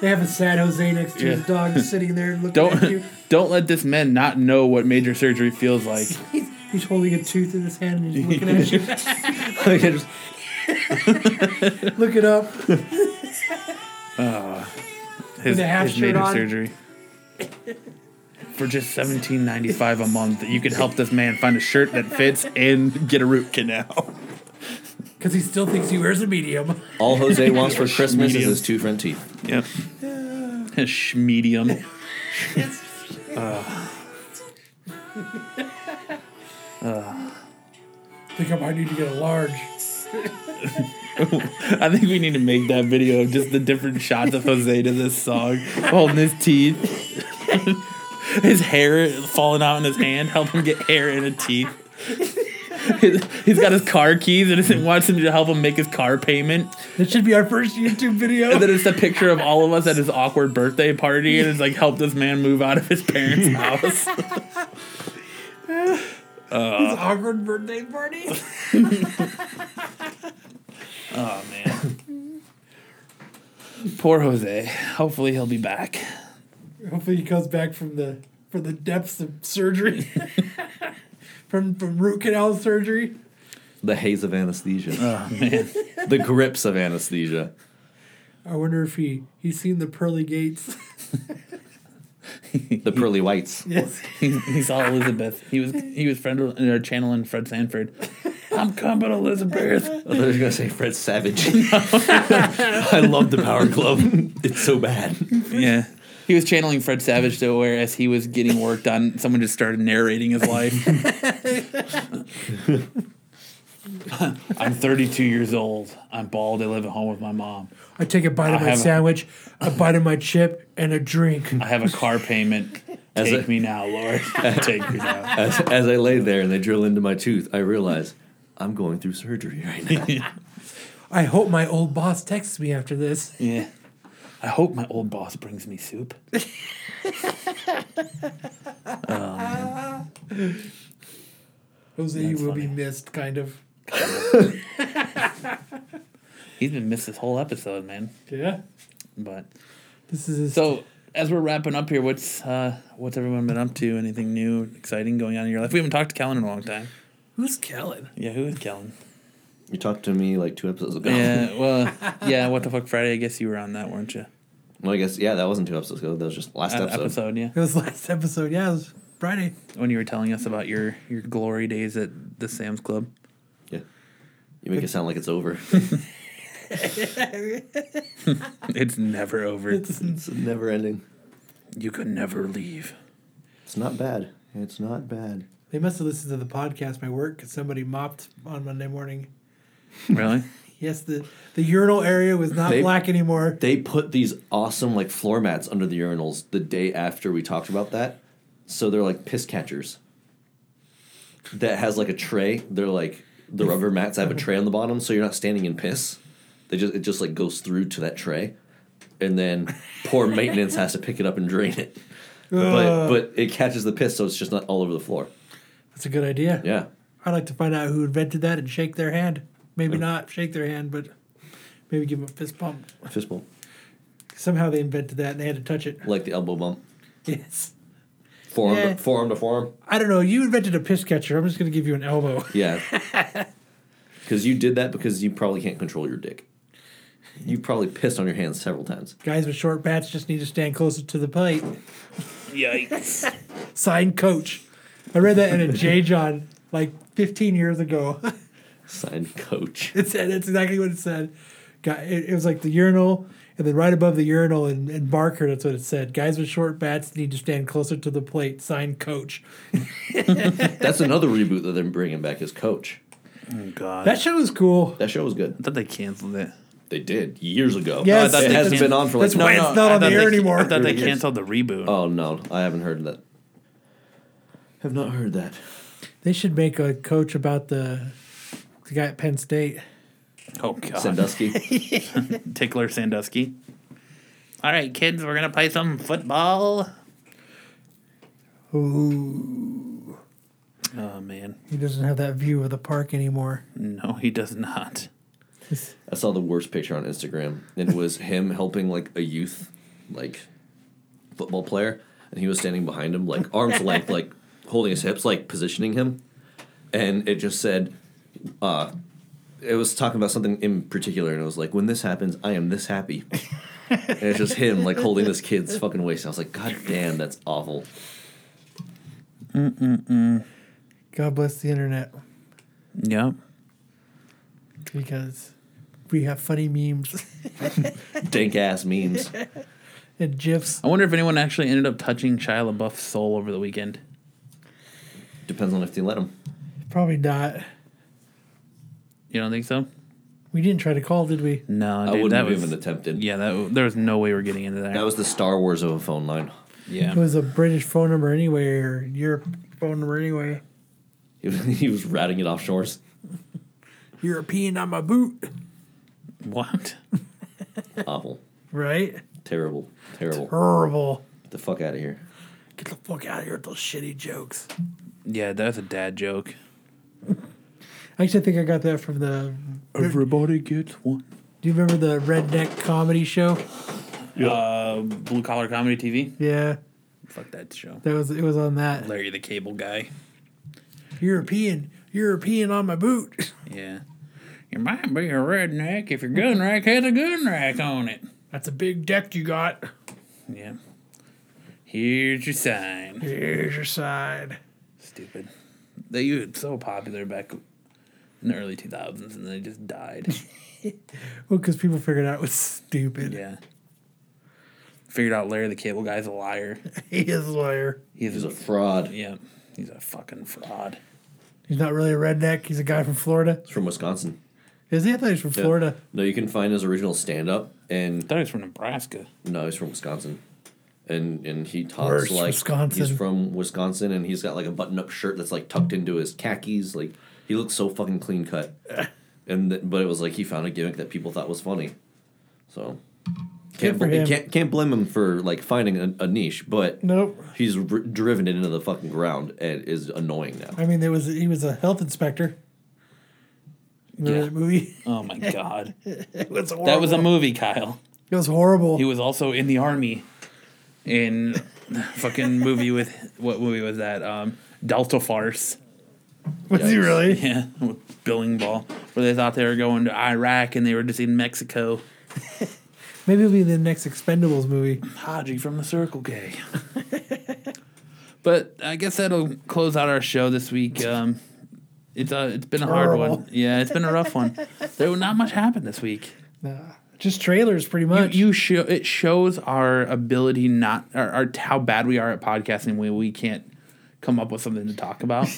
Speaker 4: They have a sad Jose next to his
Speaker 2: Yeah.
Speaker 4: dog sitting there looking at you.
Speaker 2: Don't don't let this man not know what major surgery feels like.
Speaker 4: He's, he's holding a tooth in his hand and he's looking at you.
Speaker 3: I just-
Speaker 4: Look it up.
Speaker 2: his,
Speaker 4: With a half
Speaker 2: his
Speaker 4: shirt
Speaker 2: major
Speaker 4: on.
Speaker 2: surgery. For just seventeen ninety five a month, you could help this man find a shirt that fits and get a root canal.
Speaker 4: Because he still thinks he wears a medium.
Speaker 3: all Jose wants for Christmas is
Speaker 2: Medium.
Speaker 3: his two front teeth.
Speaker 2: Yep. His sh- medium.
Speaker 4: Think I might need to get a large.
Speaker 2: I think we need to make that video of just the different shots of Jose to this song, holding his teeth, his hair falling out in his hand, help him get hair in a teeth. His- He's got his car keys and isn't wants him to help him make his car payment.
Speaker 4: This should be our first YouTube video.
Speaker 2: And then it's a picture of all of us at his awkward birthday party, and it's like, help this man move out of his parents' house.
Speaker 4: His awkward birthday party.
Speaker 2: Oh man. Poor Jose. Hopefully he'll be back.
Speaker 4: Hopefully he comes back from the from the depths of surgery. from from root canal surgery.
Speaker 3: The haze of anesthesia.
Speaker 2: Oh man.
Speaker 3: the grips of anesthesia.
Speaker 4: I wonder if he he's seen the pearly gates.
Speaker 3: The pearly whites.
Speaker 4: yes.
Speaker 2: He, he saw Elizabeth. He was he was friend or channeling Fred Sanford. I'm coming, Elizabeth.
Speaker 3: I thought I was gonna say Fred Savage. I love the Power Glove. It's so bad.
Speaker 2: Yeah. He was channeling Fred Savage though, where as he was getting worked on, someone just started narrating his life. I'm 32 years old. I'm bald. I live at home with my mom.
Speaker 4: I take a bite of
Speaker 2: I
Speaker 4: my
Speaker 2: have-
Speaker 4: sandwich, a bite of my chip, and a drink.
Speaker 2: I have a car payment.
Speaker 3: As
Speaker 2: Take
Speaker 3: a-
Speaker 2: me now, Lord. Take me now.
Speaker 3: As, as I lay there and they drill into my tooth, I realize I'm going through surgery right now.
Speaker 4: I hope my old boss texts me after this.
Speaker 2: Yeah. I hope my old boss brings me soup.
Speaker 4: Jose, you will be missed, kind of.
Speaker 2: He's been missed this whole episode, man.
Speaker 4: Yeah.
Speaker 2: But
Speaker 4: This is his
Speaker 2: so as we're wrapping up here, what's uh, what's everyone been up to? Anything new, exciting going on in your life? We haven't talked to Kellen in a long time.
Speaker 4: Who's Kellen?
Speaker 2: Yeah, who is Kellen?
Speaker 3: You talked to me like two episodes ago.
Speaker 2: Yeah, well, yeah. What the fuck, Friday? I guess you were on that, weren't you?
Speaker 3: Well, I guess yeah, that wasn't two episodes ago. That was just last
Speaker 2: Uh,
Speaker 3: episode.
Speaker 2: episode, yeah.
Speaker 4: It was last episode. Yeah, it was Friday.
Speaker 2: When you were telling us about your your glory days at the Sam's Club.
Speaker 3: Yeah. You make it sound like it's over.
Speaker 2: It's never over.
Speaker 3: it's never ending.
Speaker 2: You could never leave.
Speaker 3: It's not bad. It's not bad.
Speaker 4: They must have listened to the podcast, my work, because somebody mopped on Monday morning.
Speaker 2: Really?
Speaker 4: Yes, the, the urinal area was not
Speaker 3: They-
Speaker 4: black anymore.
Speaker 3: They put these awesome like floor mats under the urinals the day after we talked about that. So they're like piss catchers. That has like a tray. They're like the rubber mats have a tray on the bottom, so you're not standing in piss. They just it just like goes through to that tray, and then poor maintenance has to pick it up and drain it. But
Speaker 4: Ugh.
Speaker 3: but it catches the piss, so it's just not all over the floor.
Speaker 4: That's a good idea.
Speaker 3: Yeah,
Speaker 4: I'd like to find out who invented that and shake their hand. Maybe not shake their hand, but maybe give them a fist bump.
Speaker 3: fist bump
Speaker 4: Somehow they invented that and they had to touch it.
Speaker 3: like the elbow bump,
Speaker 4: Yes.
Speaker 3: forearm
Speaker 4: Yeah.
Speaker 3: to, forearm to forearm.
Speaker 4: I don't know. You invented a piss catcher. I'm just going to give you an elbow.
Speaker 3: Yeah. Because you did that because you probably can't control your dick. You probably pissed on your hands several times.
Speaker 4: Guys with short bats just need to stand closer to the plate.
Speaker 2: Yikes.
Speaker 4: Sign coach. I read that in a J. John like 15 years ago.
Speaker 3: Signed coach.
Speaker 4: It said that's exactly what it said. Guy, it, it was like the urinal, and then right above the urinal and, and marker. That's what it said. Guys with short bats need to stand closer to the plate. Signed, coach.
Speaker 3: That's another reboot that they're bringing back is Coach.
Speaker 2: Oh, God.
Speaker 4: That show was cool.
Speaker 3: That show was good.
Speaker 2: I thought they canceled it.
Speaker 3: They did years ago.
Speaker 4: Yeah, Yes.
Speaker 2: I thought
Speaker 3: it
Speaker 2: they
Speaker 3: hasn't
Speaker 2: canceled-
Speaker 3: been on for like.
Speaker 4: That's why it's not
Speaker 2: I
Speaker 4: on the
Speaker 2: thought
Speaker 4: air
Speaker 2: they-
Speaker 4: anymore.
Speaker 2: I thought they
Speaker 3: Yes.
Speaker 2: canceled the reboot.
Speaker 3: Oh no, I haven't heard that. Have not heard that.
Speaker 4: They should make a coach about the the guy at Penn State.
Speaker 2: Oh, God.
Speaker 3: Sandusky.
Speaker 2: Tickler Sandusky. All right, kids, we're gonna play some football.
Speaker 4: Ooh,
Speaker 2: Oh man,
Speaker 4: he doesn't have that view of the park anymore.
Speaker 2: no, he does not.
Speaker 3: I saw the worst picture on Instagram. It was him helping like a youth, like football player, and he was standing behind him, like arms length, like holding his hips, like positioning him. And it just said, uh, it was talking about something in particular, and it was like, when this happens, I am this happy. and it's just him, like holding this kid's fucking waist. I was like, God damn, that's awful.
Speaker 4: God bless the internet
Speaker 2: Yep.
Speaker 4: because we have funny memes
Speaker 3: Dank ass memes.
Speaker 4: and gifs.
Speaker 2: I wonder if anyone actually ended up touching Shia LaBeouf's soul over the weekend.
Speaker 3: Depends on if they let him.
Speaker 4: Probably not.
Speaker 2: You don't think so?
Speaker 4: We didn't try to call, did we?
Speaker 2: No,
Speaker 3: I
Speaker 2: dude,
Speaker 3: wouldn't
Speaker 2: that
Speaker 3: have
Speaker 2: was
Speaker 3: even attempted.
Speaker 2: yeah. That there was no way we were getting into that.
Speaker 3: That was the Star Wars of a phone line.
Speaker 2: yeah.
Speaker 4: It was a British phone number anyway, or Europe phone number anyway.
Speaker 3: He was, he was ratting it offshores.
Speaker 4: European on my boot,
Speaker 2: what?
Speaker 3: Awful.
Speaker 4: right?
Speaker 3: Terrible. Terrible.
Speaker 4: Horrible.
Speaker 3: Get the fuck out of here.
Speaker 4: Get the fuck out of here with those shitty jokes.
Speaker 2: Yeah, that was a dad joke.
Speaker 4: I actually think I got that from the.
Speaker 2: Everybody gets one.
Speaker 4: Do you remember the redneck comedy show?
Speaker 2: Uh, blue collar comedy TV.
Speaker 4: Yeah,
Speaker 2: Fuck that show.
Speaker 4: that was it. Was on that
Speaker 2: Larry the Cable Guy.
Speaker 4: European, European on my boot.
Speaker 2: Yeah. You might be a redneck if your gun rack has a gun rack on it.
Speaker 4: That's a big deck you got.
Speaker 2: Yeah. Here's your sign.
Speaker 4: Here's your side.
Speaker 2: Stupid. They were so popular back in the early 2000s and they just died.
Speaker 4: Well, because people figured out it was stupid.
Speaker 2: yeah. Figured out Larry the Cable Guy's a liar.
Speaker 4: He is a lawyer.
Speaker 2: He's
Speaker 3: He's a
Speaker 2: a
Speaker 3: fraud.
Speaker 2: yeah. He's a fucking fraud.
Speaker 4: He's not really a redneck. He's a guy from Florida.
Speaker 3: He's from Wisconsin.
Speaker 4: Is he? I thought he was from Florida.
Speaker 3: No, you can find his original stand up and
Speaker 2: Thought he was from Nebraska.
Speaker 3: no, he's from Wisconsin. And and he talks
Speaker 4: Where's
Speaker 3: like
Speaker 4: Wisconsin?
Speaker 3: he's from Wisconsin and he's got like a button up shirt that's like tucked into his khakis. Like he looks so fucking clean cut. and th- but it was like he found a gimmick that people thought was funny. So can't
Speaker 4: for
Speaker 3: bl-
Speaker 4: him.
Speaker 3: can't can't blame him for like finding a, a niche, but
Speaker 4: Nope.
Speaker 3: he's r- driven it into the fucking ground and is annoying now.
Speaker 4: I mean, there was he was a health inspector. Remember
Speaker 2: Yeah.
Speaker 4: that movie?
Speaker 2: Oh my god.
Speaker 4: It was horrible.
Speaker 2: That was a movie, Kyle.
Speaker 4: it was horrible.
Speaker 2: He was also in the army in the fucking movie with what movie was that? Um Delta Farce.
Speaker 4: was he
Speaker 3: Yikes.
Speaker 4: really?
Speaker 2: Yeah, with Billing Ball, where they thought they were going to Iraq and they were just in Mexico.
Speaker 4: Maybe it'll be the next Expendables movie.
Speaker 2: Haji from the Circle K. but I guess that'll close out our show this week. Um, it's uh, it's been a hard
Speaker 4: Horrible.
Speaker 2: one. Yeah, it's been a rough one. There was not much happened this week.
Speaker 4: Nah. Just trailers, pretty
Speaker 2: You,
Speaker 4: much.
Speaker 2: you show it shows our ability not our, our how bad we are at podcasting when we can't come up with something to talk about.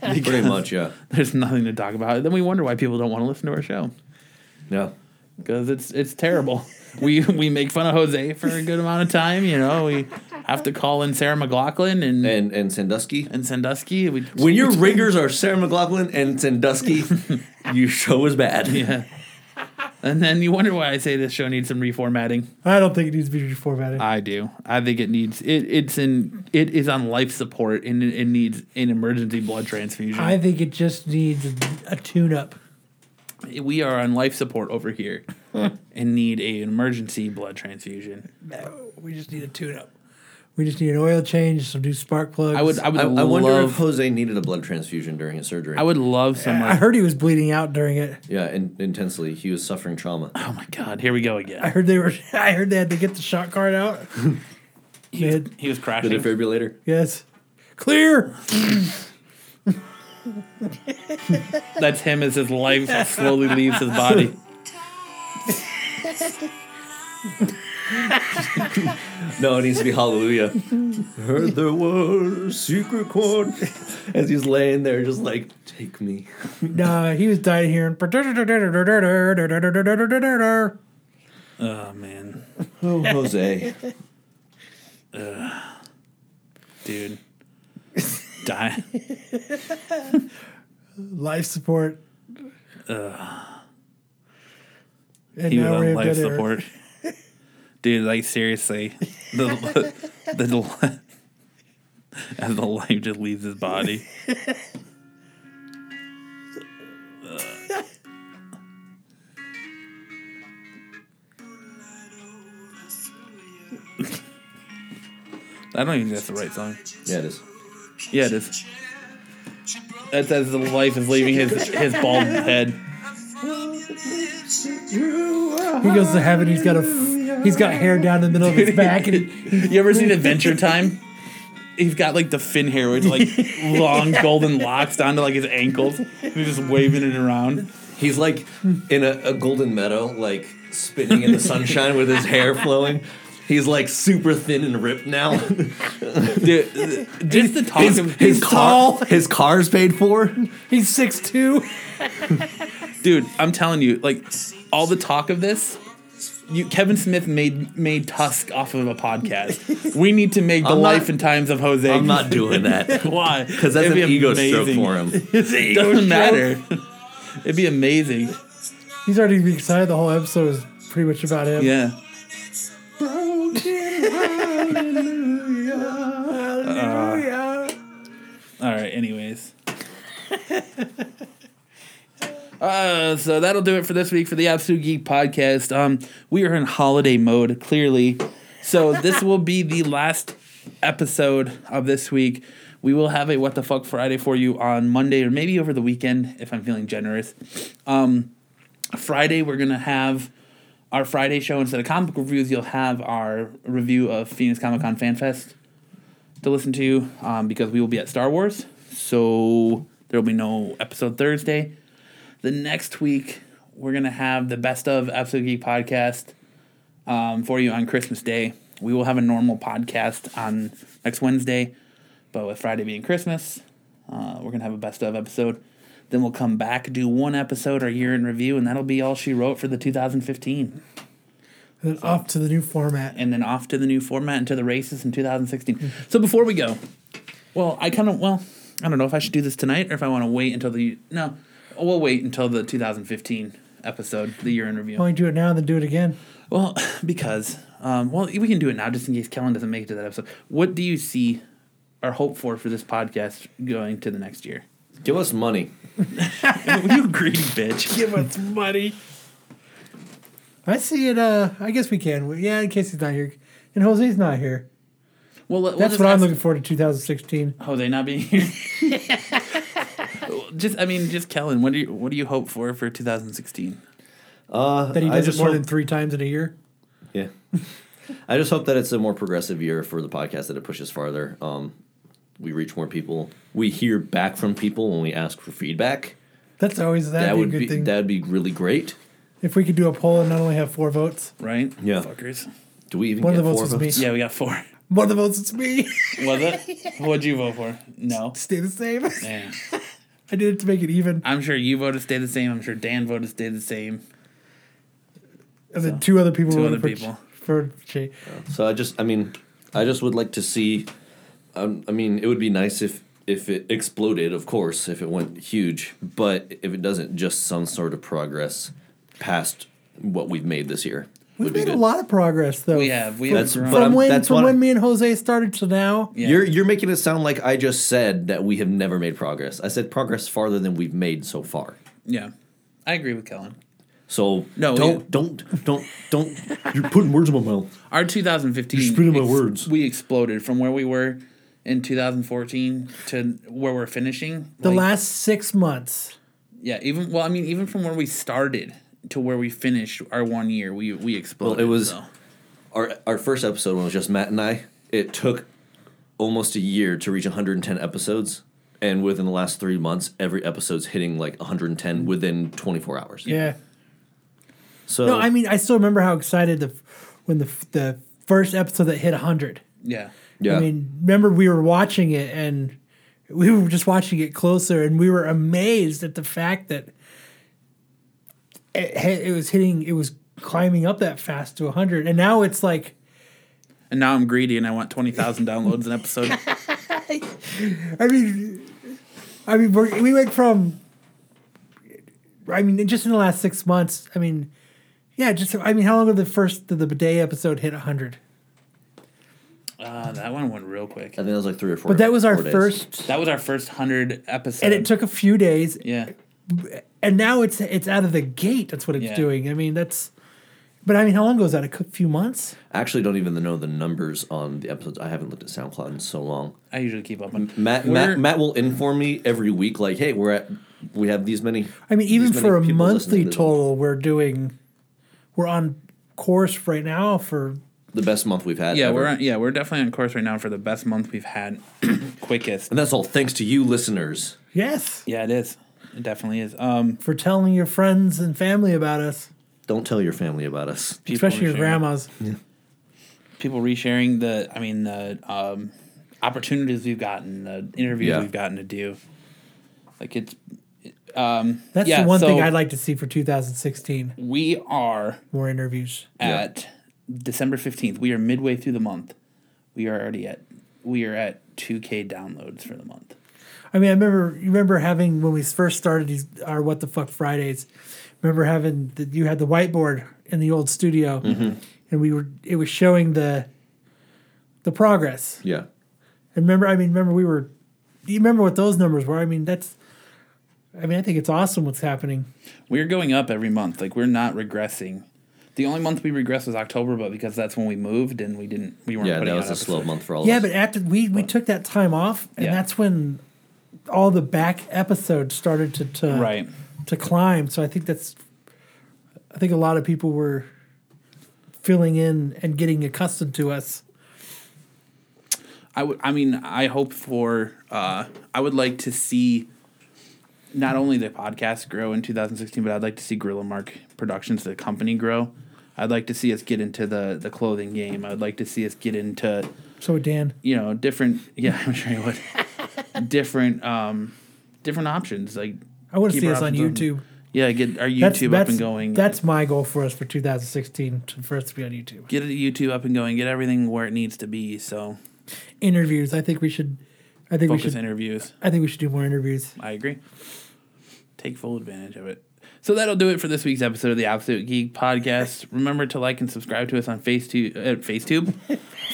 Speaker 3: Pretty much, yeah.
Speaker 2: There's nothing to talk about. Then we wonder why people don't want to listen to our show
Speaker 3: Yeah.
Speaker 2: because it's it's terrible. we we make fun of Jose for a good amount of time. You know, we have to call in Sarah McLaughlin and and,
Speaker 3: And and Sandusky.
Speaker 2: Sandusky. We,
Speaker 3: When your ringers are Sarah McLaughlin and Sandusky, your show is bad.
Speaker 2: yeah. And then you wonder why I say this show needs some reformatting.
Speaker 4: I don't think it needs to be reformatted.
Speaker 2: I do. I think it needs it. It's in it is on life support and it, it needs an emergency blood transfusion.
Speaker 4: I think it just needs a tune up.
Speaker 2: we are on life support over here and need a emergency blood transfusion.
Speaker 4: We just need a tune up. We just need an oil change, some new spark plugs.
Speaker 2: I would. I would
Speaker 3: I, I
Speaker 2: love.
Speaker 3: wonder if Jose needed a blood transfusion during his surgery.
Speaker 2: I would love some.
Speaker 4: I
Speaker 2: Like,
Speaker 4: heard he was bleeding out during it.
Speaker 3: yeah, in, intensely. He was suffering trauma.
Speaker 2: oh my god! Here we go again.
Speaker 4: I heard they were. I heard they had to get the shot card out. They had-
Speaker 2: he was
Speaker 3: The
Speaker 2: crashing.
Speaker 3: defibrillator.
Speaker 4: yes. Clear.
Speaker 2: That's him as his life slowly leaves his body.
Speaker 3: No, it needs to be Hallelujah. Heard there was a secret chord. As he's laying there, just like, take me.
Speaker 4: No, he was dying here. That
Speaker 2: Oh man,
Speaker 3: Oh, Jose.
Speaker 2: dude. Die.
Speaker 4: life support. And
Speaker 2: He was
Speaker 4: now we're
Speaker 2: on
Speaker 4: in
Speaker 2: life
Speaker 4: dead air.
Speaker 2: support. Dude, like seriously, the the, the as the life just leaves his body. I don't even think that's the right song.
Speaker 3: Yeah, it is.
Speaker 2: Yeah, it is. That's as the life is leaving his his bald head.
Speaker 4: He goes to heaven. He's got a. He's got hair down in the middle of his back, and
Speaker 2: You ever seen Adventure Time? He's got like the fin hair with like long golden locks down to like his ankles. And he's just waving it around.
Speaker 3: He's like in a, a golden meadow, like spinning in the sunshine with his hair flowing. He's like super thin and ripped now.
Speaker 2: Dude, uh, just the talk
Speaker 3: his,
Speaker 2: of
Speaker 3: his car, his car's paid for.
Speaker 4: he's six two.
Speaker 2: dude. I'm telling you, like all the talk of this. You, Kevin Smith made made Tusk off of a podcast. We need to make the
Speaker 3: I'm not-
Speaker 2: life and times of Jose.
Speaker 3: I'm not doing that
Speaker 2: Why?
Speaker 3: because that's an ego stroke for him.
Speaker 2: Doesn't matter. It'd be amazing.
Speaker 4: He's already being excited. The whole episode is pretty much about him.
Speaker 2: Yeah. Uh, All right. Anyways. Uh, so that'll do it for this week for the Absolute Geek Podcast. Um, we are in holiday mode clearly, so this will be the last episode of this week. We will have a What the Fuck Friday for you on Monday or maybe over the weekend if I'm feeling generous. Um, Friday we're gonna have our Friday show instead of comic book reviews. You'll have our review of Phoenix Comic Con Fan Fest to listen to um, because we will be at Star Wars. So there will be no episode Thursday. The next week, we're going to have the best of Absolute Geek podcast um, for you on Christmas Day. We will have a normal podcast on next Wednesday, but with Friday being Christmas, uh, we're going to have a best of episode. Then we'll come back, do one episode our year in review, and that'll be all she wrote for the 2015.
Speaker 4: And then off to the new format.
Speaker 2: And then off to the new format and to the races in 2016. So before we go, well, I kind of, well, I don't know if I should do this tonight or if I want to wait until the, no, we'll wait until the 2015 episode, the year in review.
Speaker 4: Why don't you do it now and then do it again?
Speaker 2: Well, because, um, well, we can do it now just in case Kellen doesn't make it to that episode. What do you see or hope for for this podcast going to the next year?
Speaker 3: Give us money.
Speaker 2: you greedy bitch.
Speaker 4: Give us money. I see it. Uh, I guess we can. We- Yeah, in case he's not here, and Jose's not here.
Speaker 2: Well, let- we'll
Speaker 4: That's
Speaker 2: just
Speaker 4: what I'm
Speaker 2: ask-
Speaker 4: looking forward to 2016.
Speaker 2: Jose Oh, not being here. just, I mean, just Kellen. What do you, what do you hope for for 2016?
Speaker 3: Uh,
Speaker 4: That he
Speaker 3: I
Speaker 4: does it
Speaker 3: just
Speaker 4: more
Speaker 3: hope-
Speaker 4: than three times in a year.
Speaker 3: Yeah. I just hope that it's a more progressive year for the podcast that it pushes farther. Um, we reach more people. We hear back from people when we ask for feedback.
Speaker 4: That's always that'd
Speaker 3: that
Speaker 4: be a
Speaker 3: would
Speaker 4: good
Speaker 3: be
Speaker 4: thing.
Speaker 3: that'd be really great.
Speaker 4: if we could do a poll and not only have four votes.
Speaker 2: Right?
Speaker 3: Yeah.
Speaker 2: Fuckers.
Speaker 3: Do we even
Speaker 4: One
Speaker 3: get
Speaker 4: of the votes
Speaker 3: four
Speaker 4: was
Speaker 3: votes?
Speaker 4: me.
Speaker 2: Yeah, we got four.
Speaker 4: One of the votes is me.
Speaker 2: Was it? What'd you vote for? No.
Speaker 4: Stay the same.
Speaker 2: Yeah.
Speaker 4: I did it to make it even.
Speaker 2: I'm sure you voted stay the same. I'm sure Dan voted stay the same.
Speaker 4: And then two other people
Speaker 2: Two
Speaker 4: voted
Speaker 2: other
Speaker 4: for
Speaker 2: people.
Speaker 4: Ch- for Jay.
Speaker 3: So I just, I mean, I just would like to see. Um, I mean, it would be nice if if it exploded, of course, if it went huge. But if it doesn't, just some sort of progress past what we've made this year.
Speaker 4: We've
Speaker 3: would be
Speaker 4: made a
Speaker 3: good.
Speaker 4: lot of progress though.
Speaker 2: We have. We
Speaker 3: That's-
Speaker 2: have. grown.
Speaker 3: but
Speaker 4: From
Speaker 3: I'm-
Speaker 4: when
Speaker 3: that's
Speaker 4: from
Speaker 3: what
Speaker 4: when
Speaker 3: I'm-
Speaker 4: me and Jose started to now.
Speaker 2: Yeah.
Speaker 3: You're you're making it sound like I just said that we have never made progress. I said progress farther than we've made so far.
Speaker 2: yeah, I agree with Kellen.
Speaker 3: So
Speaker 2: No,
Speaker 3: don't
Speaker 2: yeah.
Speaker 3: don't don't don't. You're putting words in my mouth.
Speaker 2: Our 2015.
Speaker 3: You're spitting my words.
Speaker 2: We exploded from where we were in 2014 to where we're finishing.
Speaker 4: The
Speaker 2: Like,
Speaker 4: last six months.
Speaker 2: Yeah, even well, I mean, even from where we started to where we finished our one year, we we exploded.
Speaker 3: Well, it was
Speaker 2: so.
Speaker 3: our our first episode when it was just Matt and I. It took almost a year to reach 110 episodes, and within the last three months, every episode's hitting like 110 within 24 hours.
Speaker 4: Yeah.
Speaker 3: So
Speaker 4: No, I mean I still remember how excited the when the the first episode that hit hundred.
Speaker 2: yeah.
Speaker 3: yeah,
Speaker 4: I mean, remember we were watching it and we were just watching it closer and we were amazed at the fact that it, hit- it was hitting, it was climbing up that fast to 100. And now it's like,
Speaker 2: And now I'm greedy and I want 20,000 downloads an episode.
Speaker 4: I mean, I mean, we're, we went from, I mean, just in the last six months, I mean, yeah, just, I mean, how long did the first, did the bidet episode hit 100?
Speaker 2: Uh, that one went real quick.
Speaker 3: I think that was like three or four.
Speaker 4: But that was our
Speaker 3: four days.
Speaker 4: first,
Speaker 2: That was our first 100 episode.
Speaker 4: and it took a few days.
Speaker 2: Yeah.
Speaker 4: and now it's it's out of the gate. That's what it's
Speaker 2: Yeah.
Speaker 4: doing. I mean, that's. But I mean, how long goes that? A cou- few months.
Speaker 3: I actually don't even know the numbers on the episodes. I haven't looked at SoundCloud in so long.
Speaker 2: I usually keep up on
Speaker 3: Matt
Speaker 2: We're-
Speaker 3: Matt Matt will inform me every week, like, hey, we're at we have these many.
Speaker 4: I mean, even
Speaker 3: these many
Speaker 4: for a
Speaker 3: people listening
Speaker 4: monthly
Speaker 3: to them.
Speaker 4: total, we're doing. We're on course right now for
Speaker 3: the best month we've had.
Speaker 2: Yeah,
Speaker 3: ever.
Speaker 2: we're on, yeah, we're definitely on course right now for the best month we've had, quickest.
Speaker 3: and that's all thanks to you, listeners.
Speaker 4: yes
Speaker 2: Yeah, it is. It definitely is. Um,
Speaker 4: for telling your friends and family about us,
Speaker 3: Don't tell your family about us.
Speaker 2: people
Speaker 4: especially your
Speaker 2: resharing-
Speaker 4: grandmas.
Speaker 2: People resharing the, I mean, the um, opportunities we've gotten, the interviews
Speaker 3: Yeah.
Speaker 2: we've gotten to do. Like it's,
Speaker 4: That's
Speaker 2: Yeah,
Speaker 4: the one thing
Speaker 2: so-
Speaker 4: I'd like to see for 2016.
Speaker 2: we are
Speaker 4: More interviews.
Speaker 3: Yeah.
Speaker 2: at December fifteenth. We are midway through the month. We are already at, we are at two k downloads for the month.
Speaker 4: I mean, I remember you remember having when we first started these our what the fuck Fridays. Remember having the, you had the whiteboard in the old studio,
Speaker 2: Mm-hmm.
Speaker 4: and we were it was showing the the progress.
Speaker 3: Yeah.
Speaker 4: And remember, I mean, remember we were. Do you remember what those numbers were? I mean, that's. I mean, I think it's awesome what's happening.
Speaker 2: We're going up every month. Like we're not regressing. The only month we regressed was October, but because that's when we moved and we didn't, we weren't.
Speaker 3: Yeah,
Speaker 2: putting
Speaker 3: that was
Speaker 2: out
Speaker 3: a slow
Speaker 2: episodes.
Speaker 3: month for all
Speaker 4: Yeah,
Speaker 3: of us.
Speaker 4: but after we we took that time off, and
Speaker 2: Yeah.
Speaker 4: that's when all the back episodes started to, to
Speaker 2: Right.
Speaker 4: to climb. So I think that's, I think a lot of people were filling in and getting accustomed to us.
Speaker 2: I would. I mean, I hope for. Uh, I would like to see. Not only the podcast grow in 2016, but I'd like to see Gorilla Mark Productions, the company, grow. I'd like to see us get into the the clothing game. I'd like to see us get into
Speaker 4: So Dan,
Speaker 2: you know different. Yeah, I'm sure you would. different um, different options like.
Speaker 4: I want to
Speaker 2: keep
Speaker 4: see
Speaker 2: our
Speaker 4: us on
Speaker 2: options open.
Speaker 4: YouTube.
Speaker 2: Yeah, get our YouTube
Speaker 4: That's,
Speaker 2: up
Speaker 4: that's,
Speaker 2: and going.
Speaker 4: That's my goal for us for 2016 to first be on YouTube.
Speaker 2: get YouTube up and going, get everything where it needs to be. So
Speaker 4: Interviews. I think we should. I think we
Speaker 2: focus
Speaker 4: should.
Speaker 2: interviews.
Speaker 4: I think we should do more interviews.
Speaker 2: I agree. Take full advantage of it. So that'll do it for this week's episode of the Absolute Geek Podcast. Remember to like and subscribe to us on FaceTube. Uh, FaceTube?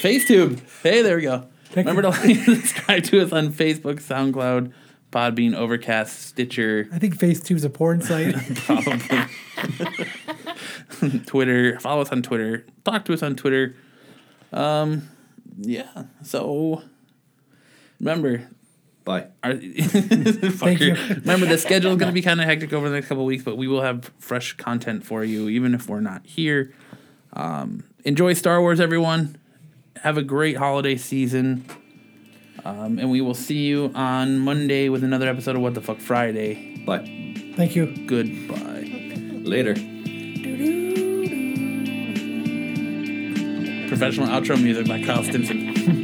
Speaker 2: FaceTube. Hey, there we go. Remember to like and subscribe to us on Facebook, SoundCloud, Podbean, Overcast, Stitcher,
Speaker 4: I think FaceTube's a porn site.
Speaker 2: probably. Twitter. Follow us on Twitter. Talk to us on Twitter. Um, yeah. So remember,
Speaker 3: Bye.
Speaker 2: our, Thank
Speaker 4: you.
Speaker 2: Remember, the schedule is going to be kind of hectic over the next couple of weeks, but we will have fresh content for you, even if we're not here. Um, enjoy Star Wars, everyone. Have a great holiday season. Um, and we will see you on Monday with another episode of What the Fuck Friday.
Speaker 3: Bye.
Speaker 4: Thank you.
Speaker 2: Goodbye.
Speaker 3: Later.
Speaker 2: Professional outro music by Kyle Stimson.